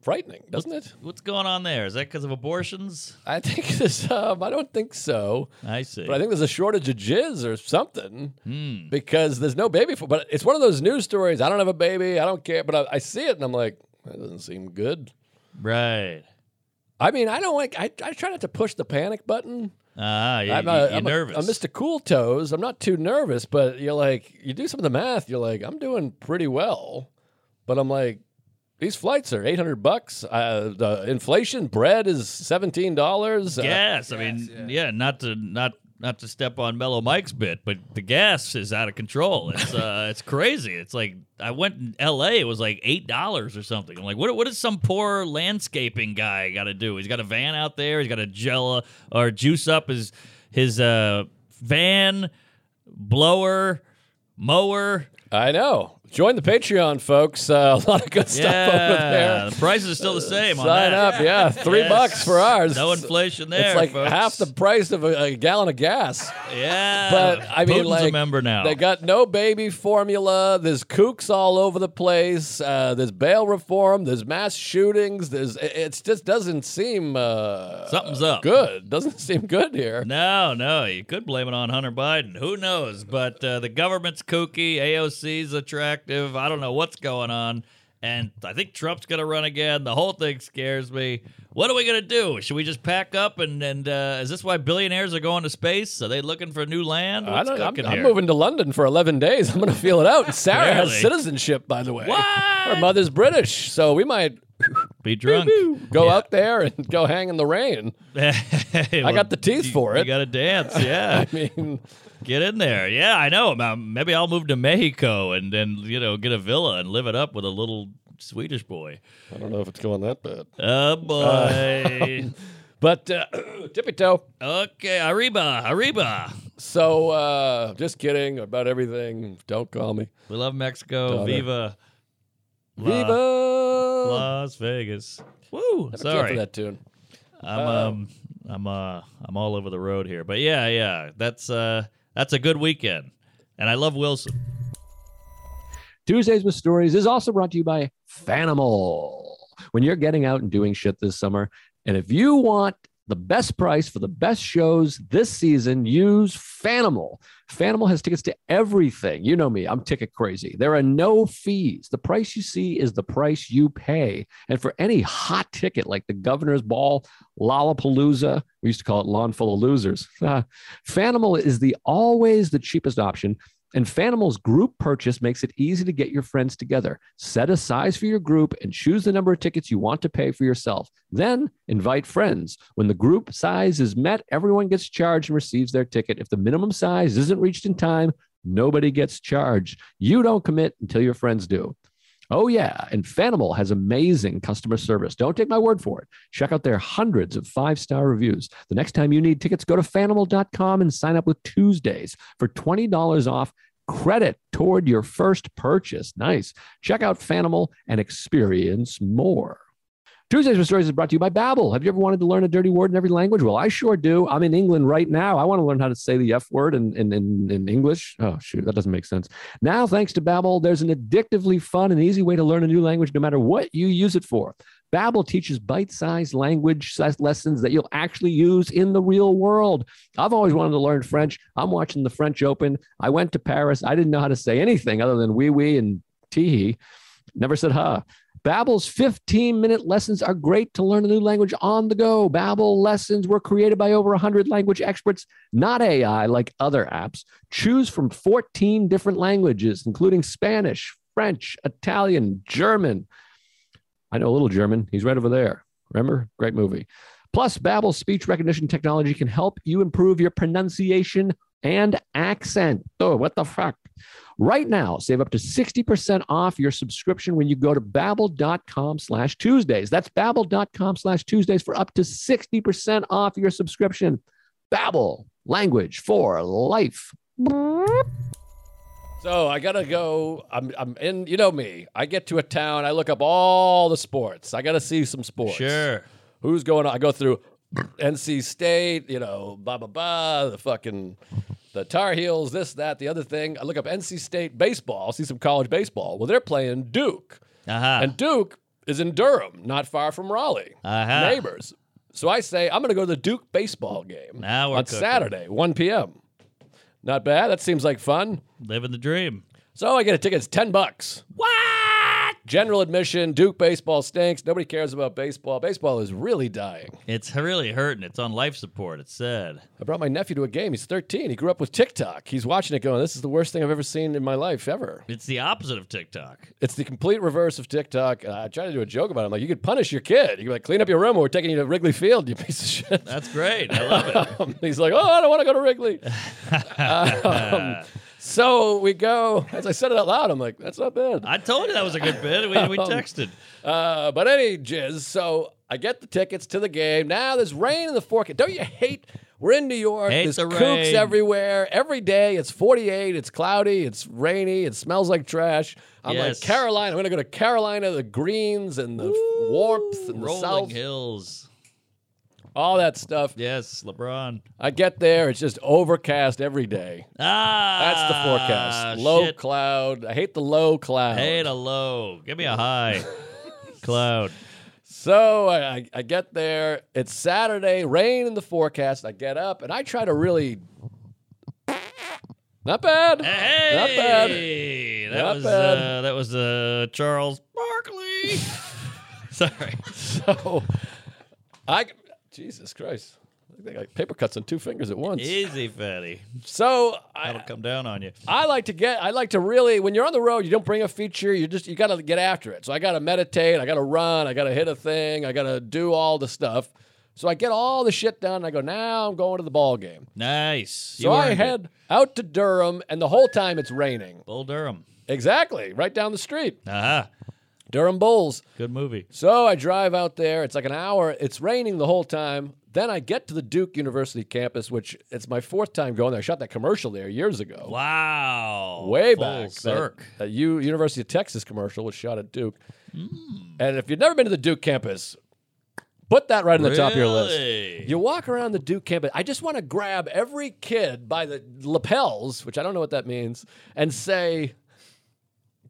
frightening, doesn't it?
What's going on there? Is that because of abortions?
I think <laughs> this. Um, I don't think so.
I see. Hmm.
But I think there's a shortage of jizz or something because there's no baby. For, but it's one of those news stories. I don't have a baby. I don't care. But I, I see it and I'm like, that doesn't seem good.
right.
I mean, I don't like. I, I try not to push the panic button.
Ah, you,
I'm,
you-
a,
you're
I'm a-
nervous.
I'm Mr. Cool Toes. I'm not too nervous, but you're like, you do some of the math. You're like, I'm doing pretty well, but I'm like, these flights are 800 bucks. Uh, the inflation, bread is 17 dollars. uh,
gas. I mean, yeah. not to not not to step on Mellow Mike's bit, but the gas is out of control. It's
<laughs>
uh, it's crazy. It's like I went in L.A. It was like eight dollars or something. I'm like, what what does some poor landscaping guy got to do? He's got a van out there. He's got to gel or juice up his his uh van blower mower.
I know.
Join the Patreon, folks. Uh, a lot of good stuff over
yeah,
there.
the prices are still the same. on
Sign
that.
up, yeah, three
Yes.
bucks for ours.
No inflation there.
It's like
folks.
half the price of a, a gallon of gas.
Yeah,
But I mean,
Putin's
like,
a member now.
They got no baby formula. There's kooks all over the place. Uh, there's bail reform. There's mass shootings. There's it it's just doesn't seem uh,
Something's up.
good. Doesn't seem good here.
No, no, you could blame it on Hunter Biden. Who knows? But uh, the government's kooky, AOC's attractive. I don't know what's going on. And I think Trump's going to run again. The whole thing scares me. What are we going to do? Should we just pack up? And and uh, is this why billionaires are going to space? Are they looking for new land?
I
What's
don't, I'm,
cooking
I'm
here?
moving to London for 11 days. I'm going to feel it out. And Sarah has
Really?
citizenship, by the way.
What?
Her mother's British, so we might
Be drunk. <laughs>
go out there and go hang in the rain.
I
got the teeth for
You
it.
got to dance,
<laughs>
yeah.
I mean,
Get in there. Yeah, I know. Um, Maybe I'll move to Mexico and then, you know, get a villa and live it up with a little Swedish boy.
I don't know if it's going that bad.
Oh, boy. <laughs>
But uh, <clears throat> tippy toe.
okay, Arriba, Arriba.
So uh, just kidding about everything. Don't call me.
We love Mexico.
Daughter.
Viva La-
Viva.
Las Vegas. Woo.
Never cared
Sorry.
for that tune.
I'm um I'm uh I'm all over the road here. But yeah, yeah. That's uh that's a good weekend. And I love Wilson.
Tuesdays with Stories is also brought to you by Fanimal. When you're getting out and doing shit this summer, and if you want the best price for the best shows this season, use Fanimal. Fanimal has tickets to everything. You know me, I'm ticket crazy. There are no fees. The price you see is the price you pay. And for any hot ticket like the Governor's Ball, Lollapalooza, we used to call it Lawn Full of Losers, <laughs> Fanimal is the always the cheapest option. And Fanimal's group purchase makes it easy to get your friends together. Set a size for your group and choose the number of tickets you want to pay for yourself. Then invite friends. When the group size is met, everyone gets charged and receives their ticket. If the minimum size isn't reached in time, nobody gets charged. You don't commit until your friends do. Oh, yeah. And Fanimal has amazing customer service. Don't take my word for it. Check out their hundreds of five star reviews. The next time you need tickets, go to fanimal.com and sign up with Tuesdays for $20 off credit toward your first purchase. Nice. Check out Fanimal and experience more. Tuesdays with Stories is brought to you by Babbel. Have you ever wanted to learn a dirty word in every language? Well, I sure do. I'm in England right now. I want to learn how to say the F word in, in, in, in English. Oh, shoot, that doesn't make sense. Now, thanks to Babbel, there's an addictively fun and easy way to learn a new language no matter what you use it for. Babbel teaches bite-sized language size lessons that you'll actually use in the real world. I've always wanted to learn French. I'm watching the French Open. I went to Paris. I didn't know how to say anything other than wee wee and tee Never said huh. Babbel's 15-minute lessons are great to learn a new language on the go. Babbel lessons were created by over 100 language experts, not AI like other apps. Choose from 14 different languages, including Spanish, French, Italian, German, I know a little German. He's right over there. Remember? Great movie. Plus, Babbel's speech recognition technology can help you improve your pronunciation and accent. Oh, what the fuck? Right now, save up to 60% off your subscription when you go to babbel.com slash Tuesdays. That's babbel.com slash Tuesdays for up to 60% off your subscription. Babbel, language for life. So I gotta go. I'm I'm in. You know me. I get to a town. I look up all the sports. I gotta see some sports.
Sure.
Who's going on? I go through NC State. You know, blah blah blah. The fucking the Tar Heels. This that the other thing. I look up NC State baseball. See some college baseball. Well, they're playing Duke,
Uh-huh.
and Duke is in Durham, not far from Raleigh.
Uh-huh.
Neighbors. So I say I'm gonna go to the Duke baseball game
Now we're
on
cooking.
Saturday, 1 p.m. Not bad. That seems like fun.
Living the dream.
So I get a ticket. It's ten bucks. What? General admission. Duke baseball stinks. Nobody cares about baseball. Baseball is really dying.
It's really hurting. It's on life support, it's sad.
I brought my nephew to a game. He's 13. He grew up with TikTok. He's watching it, going, "This is the worst thing I've ever seen in my life ever."
It's the opposite of TikTok.
It's the complete reverse of TikTok. Uh, I tried to do a joke about it. I'm like, "You could punish your kid. You could like clean up your room, or we're taking you to Wrigley Field. You piece of shit." <laughs>
That's great. I love it.
Um, he's like, "Oh, I don't want to go to Wrigley." Um, so we go. As I said it out loud, I'm like, "That's not bad."
I told you that was a good bit. We,
<laughs> Um,
we texted.
Uh, but any jizz, so I get the tickets to the game. Now there's rain in the forecast. Don't you hate
We're in New York.
Hate
There's
the
kooks
rain.
everywhere. Every day it's 48. It's cloudy. It's rainy. It smells like trash. I'm
Yes.
like Carolina. I'm gonna go to Carolina. The greens and the f- warmth and the
Rolling
south.
hills.
All that stuff.
Yes, LeBron.
I get there. It's just overcast every day.
Ah,
That's the forecast. Low
shit.
cloud. I hate the low cloud.
Hate a low. Give me a
<laughs>
high. Cloud.
So I, I- I get there. It's Saturday, rain in the forecast. I get up and I try to really. Not bad.
Eh.
Not bad.
Hey, that
Not
was
bad.
Uh, that was uh, Charles
<laughs>
Barkley. Sorry.
<laughs> So I. Jesus Christ. I think I paper cuts on two fingers at once.
Easy, fatty.
So I,
That'll come down on you.
I like to get I like to really when you're on the road, you don't bring a feature, you just you gotta get after it. So I gotta meditate, I gotta run, I gotta hit a thing, I gotta do all the stuff. So I get all the shit done and I go, now I'm going to the ball game.
Nice. You
So I
earned it.
head out to Durham and the whole time it's raining.
Bull Durham.
Exactly, right down the street.
Aha.
Durham Bulls.
Good movie.
So I drive out there. It's like an hour. It's raining the whole time. Then I get to the Duke University campus, which it's my fourth time going there. I shot that commercial there years ago.
Wow.
way
Full
back. That,
Circ.
that U- University of Texas commercial was shot at Duke.
Hmm.
And if you've never been to the Duke campus, put that right on the top of your list.
Really?
You walk around the Duke campus. I just want to grab every kid by the lapels, which I don't know what that means, and say,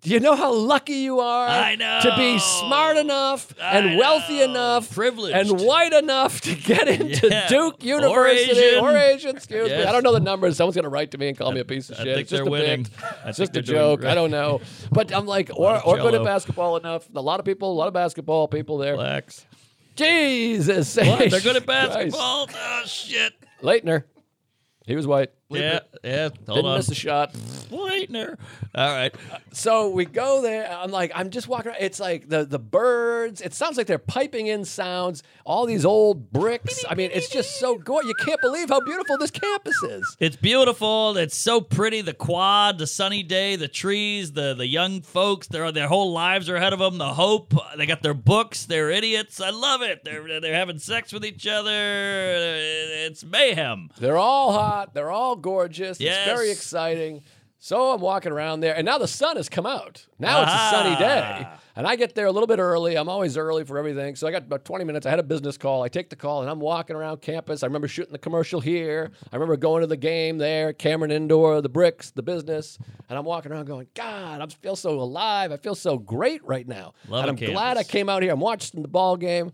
"Do you know how lucky you are
I
to be
know.
smart enough and
I
wealthy
know.
enough,
Privileged.
and white enough to
<laughs>
get into
Yeah.
Duke
Or
University
Asian.
or Asian?" Excuse me.
Yes.
I don't know the numbers. Someone's gonna write to me and call me a piece of
I
shit.
think
It's just
they're
a
winning.
bit.
I
It's
think
just a
they're doing
joke. I don't know. <laughs> But I'm like, or,
of
or good at
jello.
basketball enough. A lot of people, a lot of basketball people there. <laughs>
Blacks.
Jesus.
What? They're
Christ.
good at basketball. Oh shit.
Leitner. He was white.
Yeah, yeah. Hold
Didn't
on. <laughs>
miss a shot.
Leitner. All right.
So we go there. I'm like, I'm just walking around. It's like the, the birds. It sounds like they're piping in sounds. All these old bricks. I mean, it's just so gorgeous. You can't believe how beautiful this campus is.
It's beautiful. It's so pretty. The quad, the sunny day, the trees, the the young folks. Their their whole lives are ahead of them. The hope. They got their books. They're idiots. I love it. They're they're having sex with each other. It's mayhem.
They're all hot. They're all gorgeous.
Yes.
It's very exciting. So I'm walking around there, and now the sun has come out. Now
Ah.
it's a sunny day. And I get there a little bit early. I'm always early for everything. So I got about 20 minutes. I had a business call. I take the call, and I'm walking around campus. I remember shooting the commercial here. I remember going to the game there, Cameron Indoor, the bricks, the business. And I'm walking around going, God, I feel so alive. I feel so great right now.
Loving
and I'm glad
campus.
I came out here. I'm watching the ball game.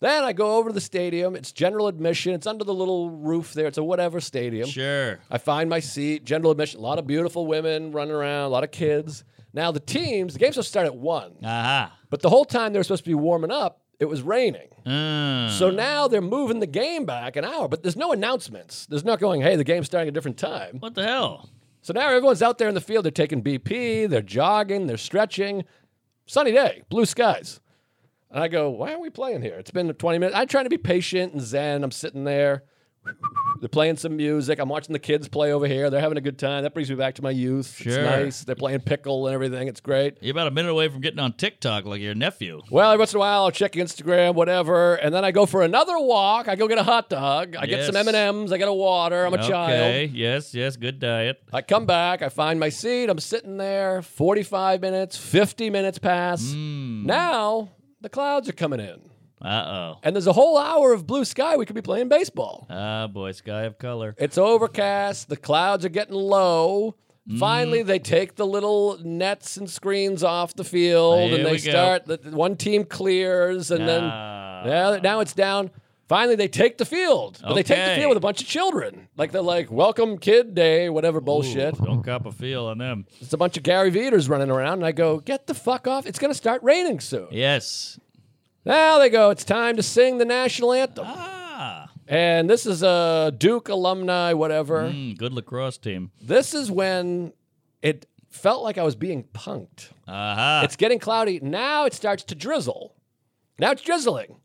Then I go over to the stadium. It's general admission. It's under the little roof there. It's a whatever stadium.
Sure.
I find my seat. General admission. A lot of beautiful women running around. A lot of kids. Now the teams. The game's supposed to start at one,
Aha.
but the whole time they were supposed to be warming up, it was raining.
Mm.
So now they're moving the game back an hour, but there's no announcements. There's not going, hey, the game's starting at a different time.
What the hell?
So now everyone's out there in the field. They're taking BP, they're jogging, they're stretching. Sunny day, blue skies. And I go, why aren't we playing here? It's been 20 minutes. I'm trying to be patient and zen. I'm sitting there. <laughs> They're playing some music. I'm watching the kids play over here. They're having a good time. That brings me back to my youth. It's
Sure.
nice. They're playing pickle and everything. It's great.
You're about a minute away from getting on TikTok like your nephew.
Well, every once in a while, I'll check Instagram, whatever, and then I go for another walk. I go get a hot dog. I get some M
Yes.
and M's. I get a water. I'm a child.
Okay. Yes. Yes. Good diet.
I come back, I find my seat, I'm sitting there, 45 minutes, 50 minutes pass.
Hmm.
Now the clouds are coming in,
Uh oh.
and there's a whole hour of blue sky. We could be playing baseball.
Ah, boy, sky of color.
It's overcast, the clouds are getting low.
Hmm.
Finally, they take the little nets and screens off the field,
Here
and they
we go.
start. The, the one team clears, and
Ah.
then now, now it's down. Finally, they take the field, but they take the
Okay.
field with a bunch of children. Like they're like, "Welcome Kid Day," whatever bullshit.
Ooh, don't cop a feel on them.
It's a bunch of Gary Veeders running around, and I go, get the fuck off. It's going to start raining soon.
Yes.
Now they go, it's time to sing the national anthem.
Ah.
And this is a Duke alumni, whatever.
Mm, good lacrosse team.
This is when it felt like I was being punked.
Aha.
It's getting cloudy. Now it starts to drizzle. Now it's drizzling.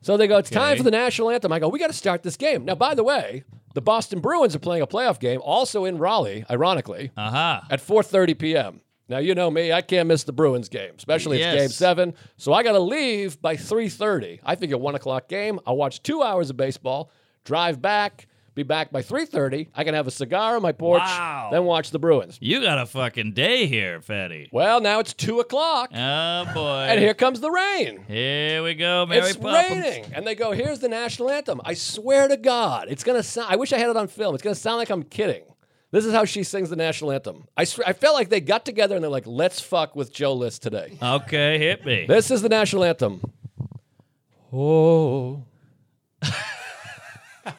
So they go, it's time
Okay.
for the national anthem. I go, we got to start this game. Now, by the way, the Boston Bruins are playing a playoff game, also in Raleigh, ironically.
Aha.
at 4:30 p.m. Now you know me; I can't miss the Bruins game, especially if it's Game
Yes.
Seven. So I got to leave by 3:30. I figure one o'clock game. I watch two hours of baseball, drive back, be back by 3.30. I can have a cigar on my porch,
Wow.
then watch the Bruins.
You got a fucking day here, Fatty.
Well, now it's 2 o'clock,
Oh boy.
and here comes the rain.
Here we go, Mary
it's
Poppins.
raining, and they go, "Here's the national anthem." I swear to God, it's gonna sound. I wish I had it on film. It's gonna sound like I'm kidding. This is how she sings the national anthem. I swear, I felt like they got together and they're like, "Let's fuck with Joe List today."
Okay, hit me.
This is the national anthem. Oh.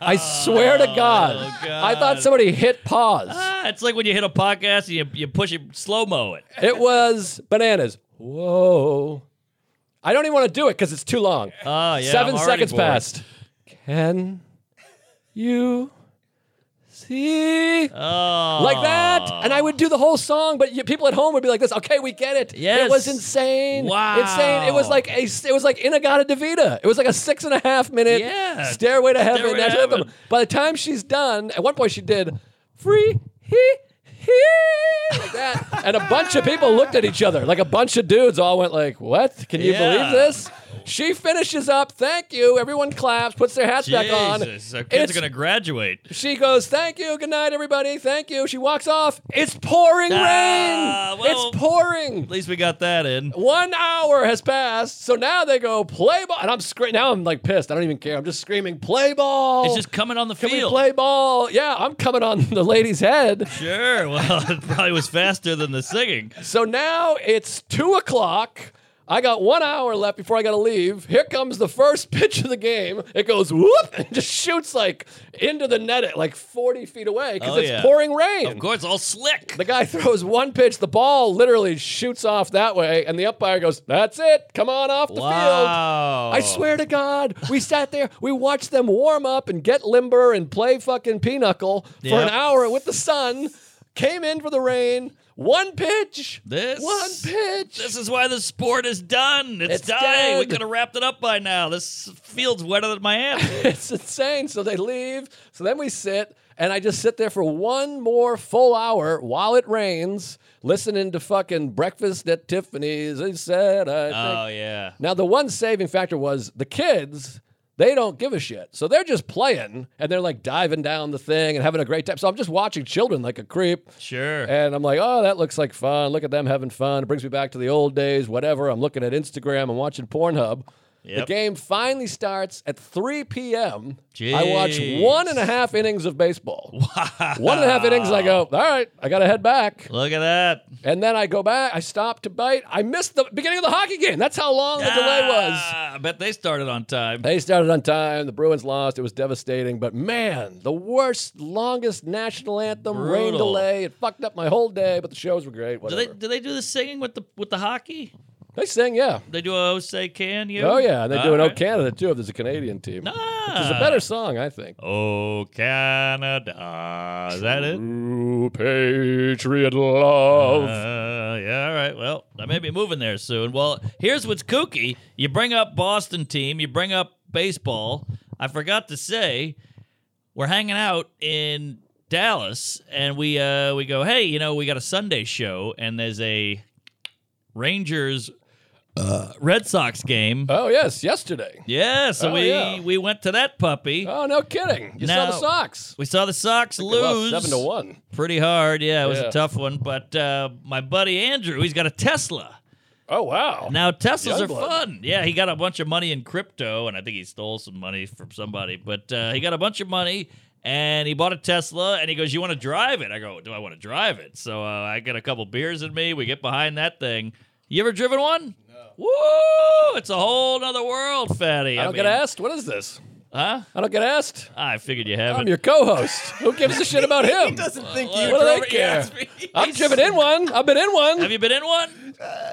I swear
Oh,
to God, I thought somebody hit pause.
Ah, it's like when you hit a podcast and you, you push it slow mo it.
It was bananas. Whoa. I don't even want to do it because it's too long.
Oh yeah.
7
I'm already
seconds
bored.
passed. Can you see
Oh.
like that? And I would do the whole song, but you, people at home would be like, "This, okay, we get it." it
Yes.
was insane.
Wow.
insane. It was like a, it was like Inagata Devita. It was like a six and a half minute
Yeah.
stairway to heaven.
Stairway to
national
Heaven.
anthem. By the time she's done, at one point she did free he. he," Like that. and a bunch of people looked at each other. Like a bunch of dudes all went like, "What? Can you
Yeah.
believe this?" She finishes up. Thank you. Everyone claps. Puts their hats back on.
Jesus, our kids
It's-
are gonna graduate.
she goes, "Thank you, good night, everybody. Thank you." She walks off. It's pouring
Ah,
rain.
well-
it's pouring.
At least we got that in.
One hour has passed, so now they go play ball, and I'm screaming. Now I'm like pissed. I don't even care. I'm just screaming, "Play ball!"
It's just coming on the
can we
field.
play ball? Yeah, I'm coming on <laughs> the lady's head.
Sure. <laughs> Well, it probably was faster than the singing.
So now it's two o'clock. I got one hour left before I got to leave. Here comes the first <laughs> pitch of the game. It goes whoop and just shoots like into the net at like 40 feet away because
Oh,
it's
yeah.
pouring rain.
Of course, all slick.
The guy <laughs> throws one pitch, the ball literally shoots off that way, and the umpire goes, That's it, come on off the field.
wow.
I swear to God, we sat there, we watched them warm up and get limber and play fucking pinochle for an
Yep.
hour with the sun, came in for the rain, one pitch,
This-
one pitch. <laughs>
This is why the sport is done. It's,
It's
done. We
dead.
could have wrapped it up by now. This field's wetter than my
<laughs>
ass.
it's insane. So they leave. So then we sit, and I just sit there for one more full hour while it rains, listening to fucking breakfast at Tiffany's. They said, I think
oh yeah.
Now, the one saving factor was the kids, they don't give a shit. So they're just playing and they're like diving down the thing and having a great time. So I'm just watching children like a creep.
Sure.
And I'm like, oh, that looks like fun. Look at them having fun. It brings me back to the old days, whatever. I'm looking at Instagram. I'm watching Pornhub. The
Yep.
game finally starts at 3 p.m. I watch
Jeez.
one and a half innings of baseball. One and a half innings, and I go, all right, I got to head
<laughs>
back.
Look at that.
And then I go back, I stop to bite. I missed the beginning of the hockey game. That's how long the delay was.
Ah, I bet they started on time.
They started on time. The Bruins lost. It was devastating. But man, the worst, longest national anthem rain
Brutal.
delay. It fucked up my whole day. But the shows were great.
Do
Whatever.
they
they,
do they do the singing with the with the hockey?
sing, yeah.
They do a oh, say can you?
Oh yeah, and they do
All
an
right.
"O Canada" too. If there's a Canadian team,
Ah.
it's a better song, I think.
Oh Canada. Is that it?
True patriot love.
Uh, yeah, all right. Well, I may be moving there soon. Well, here's what's kooky. You bring up Boston team, you bring up baseball. I forgot to say, we're hanging out in Dallas, and we uh, we go, hey, you know, we got a Sunday show, and there's a Rangers uh, Red Sox game.
oh yes, yesterday.
yeah, so
Oh,
we
yeah.
we went to that puppy.
Oh no, kidding. You saw
Now-
the Sox
We saw the Sox
They lost
lose
seven to one.
pretty hard. Yeah, it was
Yeah.
a tough one. But uh, my buddy Andrew, he's got a Tesla.
Oh wow.
Now Teslas are
Youngblood.
fun. Yeah, he got a bunch of money in crypto, and I think he stole some money from somebody. But uh, he got a bunch of money, and he bought a Tesla. And he goes, "You want to drive it?" I go, "Do I want to drive it?" So uh, I get a couple beers in me. We get behind that thing. You ever driven one? No. Woo! It's a whole nother world, fatty.
I don't get
mean-
asked. What is this?
Huh?
I don't get asked.
I figured you haven't.
I'm your co-host. Who gives a
<laughs>
shit about him?
think
you What do they care? I've driven in one. I've been in one.
Have you been in one?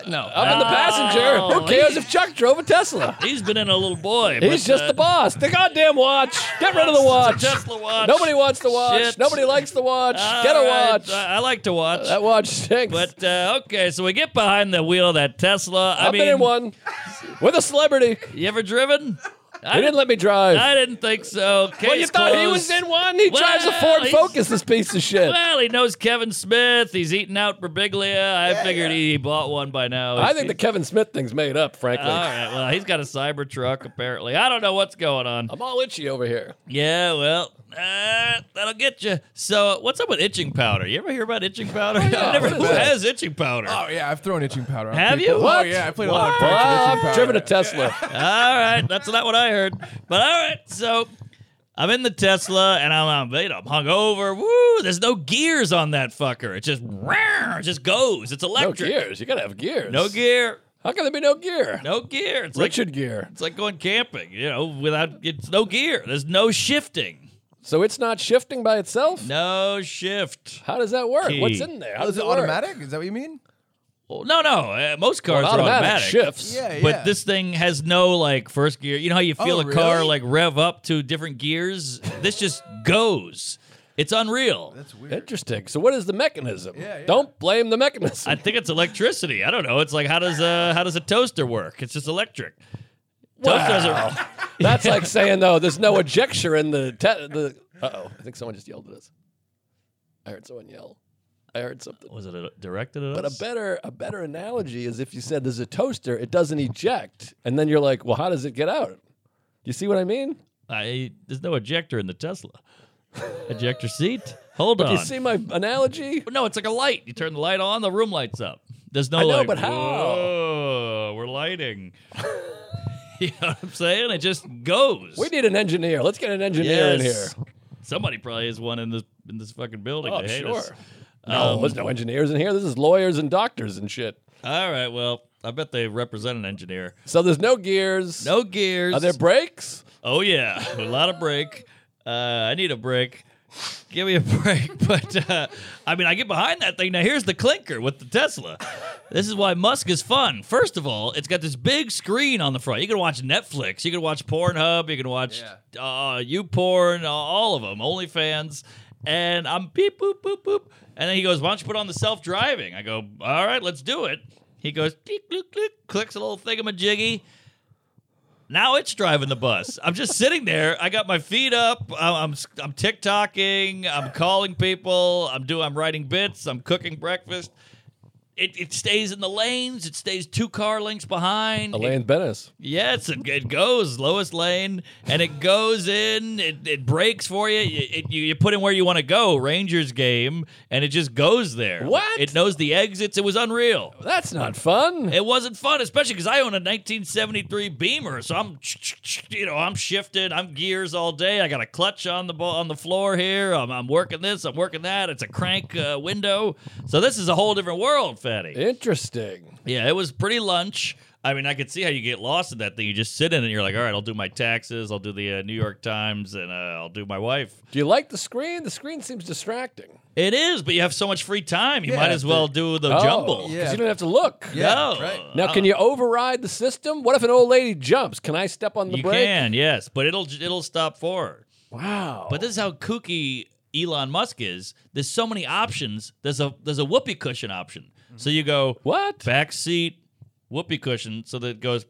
no.
Uh,
Oh,
I'm in the passenger. Who cares if Chuck drove
<laughs>
a Tesla?
He's been in a little boy.
He's
but,
just
uh,
the boss. The goddamn watch. Get rid of the watch.
Tesla watch.
Nobody wants the watch.
Shit.
Nobody likes the watch.
All
Get a
right,
watch.
I, I like to watch.
that watch stinks.
but uh, okay, so we get behind the wheel of that Tesla. I
I've
mean,
been in one with a celebrity. <laughs>
you ever driven?
They didn't let me drive.
I didn't think so. Case
well, you thought he was
closed.
in one? He
Well,
drives a Ford
he's-
Focus, this piece of shit.
Well, he knows Kevin Smith. He's eating out Berbiglia. I figured He, he bought one by now.
I
He's-
think the Kevin Smith thing's made up, frankly.
All right. Well, he's got a cyber truck apparently. I don't know what's going on.
I'm all itchy over here.
Yeah, well, uh, that'll get you. So, what's up with itching powder? You ever hear about itching powder? <laughs>
Oh,
I never, who has itching powder?
Oh yeah, I've thrown itching powder. on
Have
people.
you?
Oh
What?
yeah, I played a lot of
Well,
pranks with itching
I've
powder.
driven a Tesla.
<laughs> all right, that's not what I heard. But all right, so I'm in the Tesla and I'm, I'm you know I'm hungover. Woo! There's no gears on that fucker. It just it just goes. It's
no
electric.
gears. You gotta have gears.
No gear.
How can there be no gear?
No gear. It's like
Richard gear.
it's like going camping. You know, without it's no gear. There's no shifting.
So it's not shifting by itself.
No shift.
How does that work?
Key.
What's in there? How
Oh,
does
is it
work?
automatic? Is that what you mean?
Well, no, no. Uh, most cars
Well,
are
automatic,
automatic.
shifts.
Yeah, yeah.
But this thing has no like first gear. You know how you feel
Oh,
a car
really?
like rev up to different gears? This just goes. It's unreal.
That's weird.
Interesting. So what is the mechanism?
Yeah, yeah.
Don't blame the mechanism.
I think it's electricity. I don't know. It's like how does a how does a toaster work? It's just electric. Toaster doesn't.
<laughs> That's like saying though, there's no ejector in the te- the. Uh oh, I think someone just yelled at us. I heard someone yell. I heard something.
<laughs> Was it a, directed at
But a
us?
better a better analogy is if you said there's a toaster, it doesn't eject, and then you're like, well, how does it get out? You see what I mean?
I, there's no ejector in the Tesla. ejector seat. Hold on.
You see my analogy?
But no, it's like a light. You turn the light on, the room lights up. There's no
I know,
like,
but how?
"Whoa, we're lighting. <laughs> you know what I'm saying? It just goes.
We need an engineer. Let's get an engineer in here.
Yes. Somebody probably is one in this in this fucking building.
Oh,
They hate us.
sure. No,
Um,
there's no engineers in here. This is lawyers and doctors and shit.
All right, well, I bet they represent an engineer.
So there's no gears.
No gears.
Are there brakes?
oh yeah, a lot of break. Uh, I need a break. Give me a <laughs> break. But uh, I mean, I get behind that thing. Now here's the clinker with the Tesla. This is why Musk is fun. First of all, it's got this big screen on the front. You can watch Netflix. You can watch Pornhub. You can watch uh, YouPorn. Uh, all of them. OnlyFans. And I'm beep boop boop boop. And then he goes, "Why don't you put on the self driving?" I go, "All right, let's do it." He goes, click click click, clicks a little thingamajiggy. Now it's driving the bus. I'm just sitting there. I got my feet up. I- I'm I'm TikToking. I'm calling people. I'm doing. I'm writing bits. I'm cooking breakfast. It, it stays in the lanes. It stays two car lengths behind. It-
Elaine Bennis.
yes, it, it goes lowest lane, and it goes in. It, it breaks for you. You- It, you. You put in where you want to go. Rangers game, and it just goes there.
What?
It knows the exits. It was unreal.
That's not fun.
It wasn't fun, especially because I own a 1973 Beamer, so I'm, you know, I'm shifted. I'm gears all day. I got a clutch on the ball on the floor here. I'm, I'm working this. I'm working that. It's a crank uh, window. So this is a whole different world, Fatty.
Interesting.
Yeah, it was pretty lunch. I mean, I could see how you get lost in that thing. You just sit in it and you're like, all right, I'll do my taxes. I'll do the uh, New York Times, and uh, I'll do my wife.
Do you like the screen? The screen seems distracting.
It is, but you have so much free time. You
Yeah,
might as
the-
well do the jumble. Ah.
yeah.
Because Oh, you don't have to look.
Yeah,
no.
right.
Now, can you override the system? What if an old lady jumps? Can I step on the
You
brake?
can, yes, but it'll it'll stop for her.
Wow.
But this is how kooky Elon Musk is. There's so many options. There's a there's a whoopee cushion option. So you go
what?
back seat whoopee cushion, so that it goes,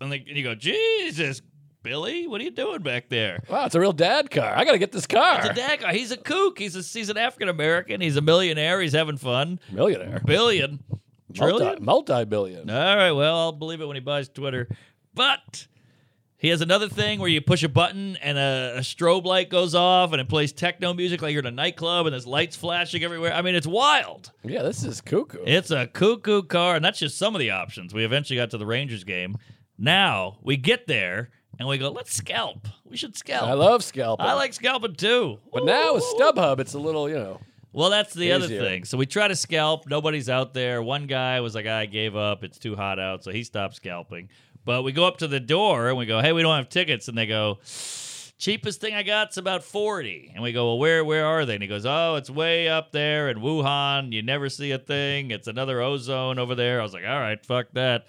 and, like, and you go, Jesus, Billy, what are you doing back there?
Wow, it's a real dad car. I got to get this car.
It's a dad guy. He's a kook. He's a he's an African American. He's a millionaire. He's having fun.
Millionaire.
Billion,
Multi,
trillion.
multi-billion.
All right. Well, I'll believe it when he buys Twitter. But he has another thing where you push a button and a, a strobe light goes off and it plays techno music like you're in a nightclub and there's lights flashing everywhere. I mean, it's wild.
Yeah, this is cuckoo.
It's a cuckoo car, and that's just some of the options. We eventually got to the Rangers game. Now we get there and we go, let's scalp. We should scalp.
I love scalping.
I like scalping too.
But now with StubHub, it's a little, you know.
Well, that's the other
Easier.
thing. So we try to scalp. Nobody's out there. One guy was like, I gave up. It's too hot out. So he stopped scalping. But we go up to the door and we go, hey, we don't have tickets. And they go, cheapest thing I got's about 40. And we go, well, where, where are they? And he goes, oh, it's way up there in Wuhan. You never see a thing. It's another ozone over there. I was like, all right, fuck that.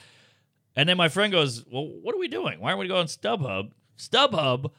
And then my friend goes, well, what are we doing? Why aren't we going StubHub? StubHub,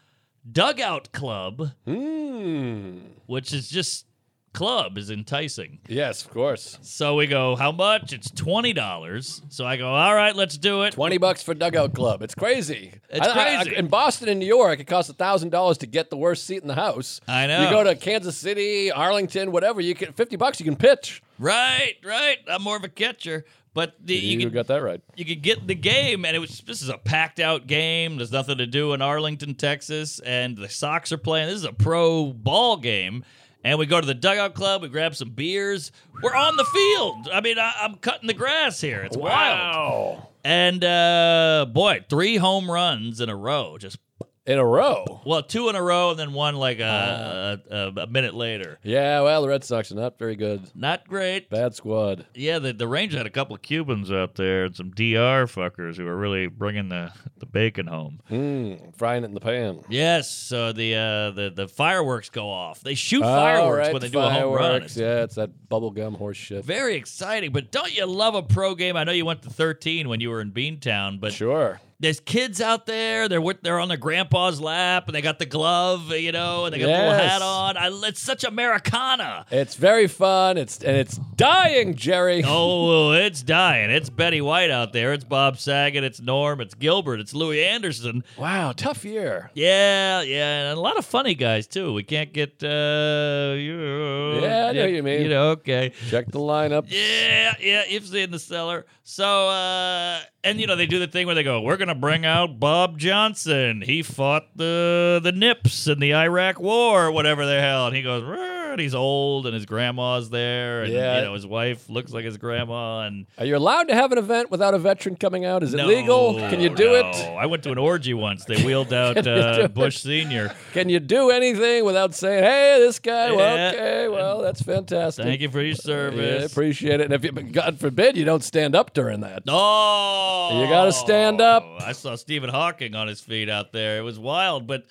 Dugout Club
Hmm.
which is just club is enticing.
Yes, of course.
So we go, how much? It's twenty dollars. So I go, all right, let's do it.
Twenty bucks for dugout club. It's crazy.
It's
I- I- I-
crazy.
in Boston and New York, it costs thousand dollars to get the worst seat in the house.
I know.
You go to Kansas City, Arlington, whatever. You can fifty bucks. You can pitch.
Right, right. I'm more of a catcher, but the, you, could,
got that right.
you could get the game, and it was this is a packed out game. There's nothing to do in Arlington, Texas, and the Sox are playing. This is a pro ball game, and we go to the dugout club. We grab some beers. We're on the field. I mean, I, I'm cutting the grass here. It's wild.
Wow.
And uh, boy, three home runs in a row. Just
In a row.
well, two in a row, and then one like a, a, a minute later.
Yeah. Well, the Red Sox are not very good.
Not great.
Bad squad.
Yeah, the, the Rangers had a couple of Cubans out there and some DR fuckers who were really bringing the, the bacon home.
Mm, frying it in the pan.
Yes, so the uh, the the fireworks go off. They shoot fireworks
All Oh, right,
when they do a home run.
fireworks.
It's
Yeah, it's that bubblegum horse shit.
very exciting. But don't you love a pro game? I know you went to 13 when you were in Beantown, but
Sure.
there's kids out there. They're with, they're on their grandpa's lap and they got the glove, you know, and they got the little
Yes.
hat on. I, it's such Americana.
It's very fun. It's and it's dying, Jerry.
oh, it's dying. It's Betty White out there. It's Bob Saget. It's Norm. It's Gilbert. It's Louis Anderson.
Wow, tough year.
Yeah, yeah, and a lot of funny guys too. We can't get uh, you.
Yeah, I know what you mean.
You know, okay.
Check the lineup.
Yeah, yeah, Ipsy in the cellar. So, uh, and you know they do the thing where they go, "We're gonna bring out Bob Johnson. He fought the the Nips in the Iraq War, or whatever the hell." And he goes, "Rrr," and he's old, and his grandma's there, and
Yeah.
you know his wife looks like his grandma, and
Are you allowed to have an event without a veteran coming out? Is it legal? Can you do
no.
it?
I went to an orgy once. They
<laughs>
wheeled out uh, Bush Senior.
Can you do anything without saying, "Hey, this guy"?
Yeah.
Well, okay, well, that's fantastic.
Thank you for your service.
<laughs> Yeah, appreciate it. And if you, but God forbid, you don't stand up during that.
Oh,
You gotta stand up.
I saw Stephen Hawking on his feet out there. It was wild, but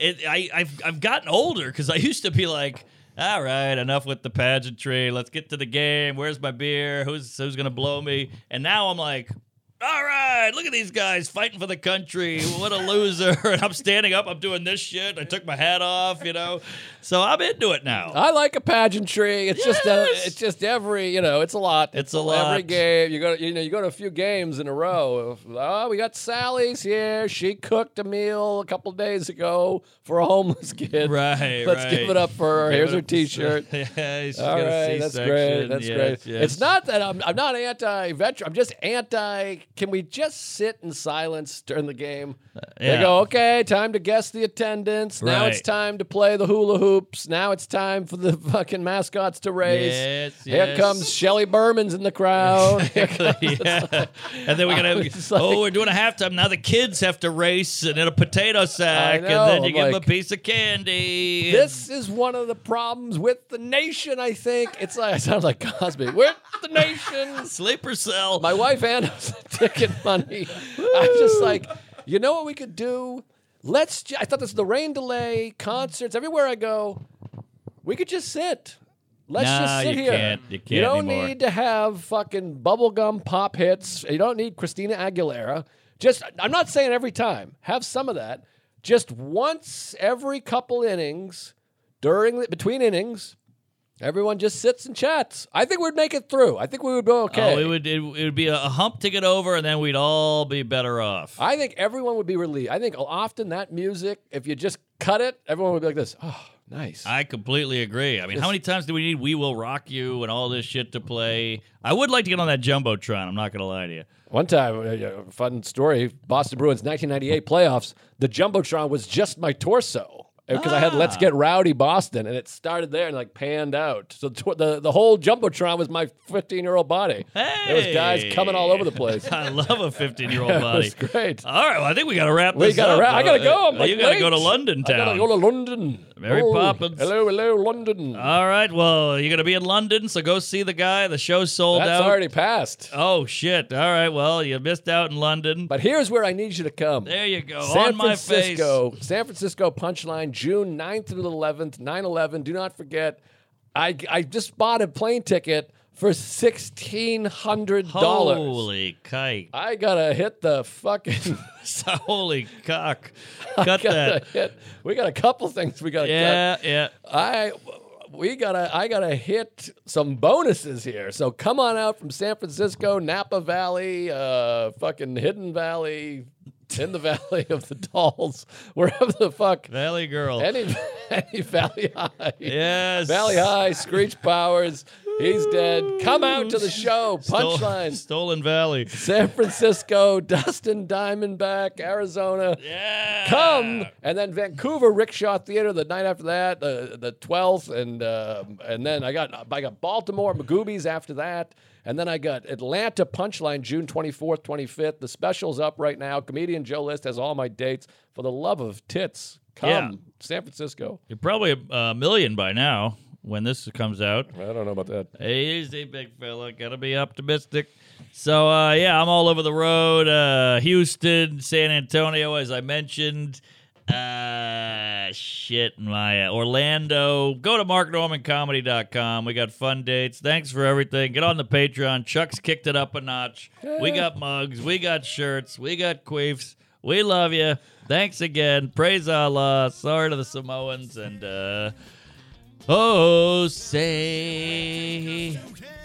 it, I, I've I've gotten older because I used to be like, all right, enough with the pageantry. Let's get to the game. Where's my beer? Who's who's gonna blow me? And now I'm like. All right, look at these guys fighting for the country. What a loser. <laughs> And I'm standing up, I'm doing this shit. I took my hat off, you know. So I'm into it now.
I like a pageantry. It's just a,
Yes.
it's just every you know, it's a lot.
It's a
Every
lot.
game you go to, you know you go to a few games in a row. of, Oh, we got Sally's here. She cooked a meal a couple days ago for a homeless
<laughs>
kid.
Right,
Let's
right.
give it up for her.
Give
Here's
it
her
up-
T-shirt.
<laughs> yeah, she's
All
got a
right, that's
C-section.
great. That's
Yes,
great.
yes.
It's not that I'm, I'm not anti-veteran. I'm just anti. Can we just sit in silence during the game?
Uh, yeah.
They go, okay, time to guess the attendance. Now
Right.
it's time to play the hula hoops. Now it's time for the <laughs> fucking mascots to race.
Yes,
Here
yes.
comes Shelly Berman's in
<laughs>
the crowd. <laughs>
yeah. And then we're
I
gonna
was like-
oh, we're doing a halftime. Now the kids have to race and in a potato sack, and
know,
then you
I'm
give them
like,
a piece of candy.
This is one of the problems with the nation, I think. It's like, <laughs> I sound like Cosby. With the nation.
sleeper cell.
My wife and us <laughs> ticket money. I'm just like, you know what we could do? Let's. Ju- I thought this was the rain delay concerts everywhere I go. We could just sit. Let's
Nah,
just sit
you
here.
can't. You can't
don't
anymore.
need to have fucking bubblegum pop hits. You don't need Christina Aguilera. Just I'm not saying every time. Have some of that. Just once every couple innings during the, between innings, everyone just sits and chats. I think we'd make it through. I think we would go okay.
Oh, it would it, it would be a hump to get over, and then we'd all be better off.
I think everyone would be relieved. I think often that music, if you just cut it, everyone would be like this. Oh, nice.
I completely agree. I mean, how many times do we need "We Will Rock You" and all this shit to play? I would like to get on that jumbotron. I'm not gonna lie to you. <laughs>
One time, uh, a a fun story: Boston Bruins 1998 playoffs. The jumbotron was just my torso because I had
Ah.
"Let's Get Rowdy Boston," and it started there and like panned out. So tw- the the whole jumbotron was my 15 year old body. There was guys coming all over the
<laughs>
place.
I love a 15 year old
It
body.
was great.
All right, well, I think we got to wrap
We
this
gotta
up.
wrap- I gotta go. I'm,
Uh,
like,
you gotta go
late.
to London
I gotta
town.
go to London. Oh,
Mary Poppins.
Hello, hello, London.
All right, well, you're gonna be in London, so go see the guy. The show's sold
That's
out.
already passed.
oh shit! All right, well, you missed out in London.
But here's where I need you to come.
there you go.
San
on my face.
Francisco, San Francisco punchline, June 9th through the 11th, 9 11. Do not forget, I, I just bought a plane ticket for $1,600.
Holy kike!
I gotta hit the fucking.
<laughs>
<laughs>
Holy cock! Cut
gotta
that.
hit- we got a couple things we gotta
Yeah, yeah.
cut. I we gotta I gotta hit some bonuses here. So come on out from San Francisco, Napa Valley, uh, fucking Hidden Valley, in the <laughs> Valley of the Dolls, <laughs> wherever the fuck
Valley Girl.
any <laughs> any Valley High.
yes.
Valley High, Screech Powers, he's dead. Come out to the show.
Stol- <laughs>
Punchlines.
Stolen Valley.
San Francisco, Dustin Diamondback, Arizona.
Yeah.
Come and then Vancouver Rickshaw Theater the night after that, the the twelfth, and um and then I got I got Baltimore Magoobies after that, and then I got Atlanta Punchline June twenty fourth, twenty fifth. The special's up right now. Comedian Joe List has all my dates. For the love of tits, come
Yeah.
San Francisco.
You're probably a, a million by now when this comes out.
I don't know about that.
Easy, big fella. Gotta be optimistic. So uh, yeah, I'm all over the road. Uh, Houston, San Antonio, as I mentioned. Uh, shit, my uh, Orlando. Go to marknormancomedy.com. We got fun dates. Thanks for everything. Get on the Patreon. Chuck's kicked it up a notch. We got mugs. We got shirts. We got queefs. We love you. Thanks again. Praise Allah. Sorry to the Samoans and uh, oh say.
Okay.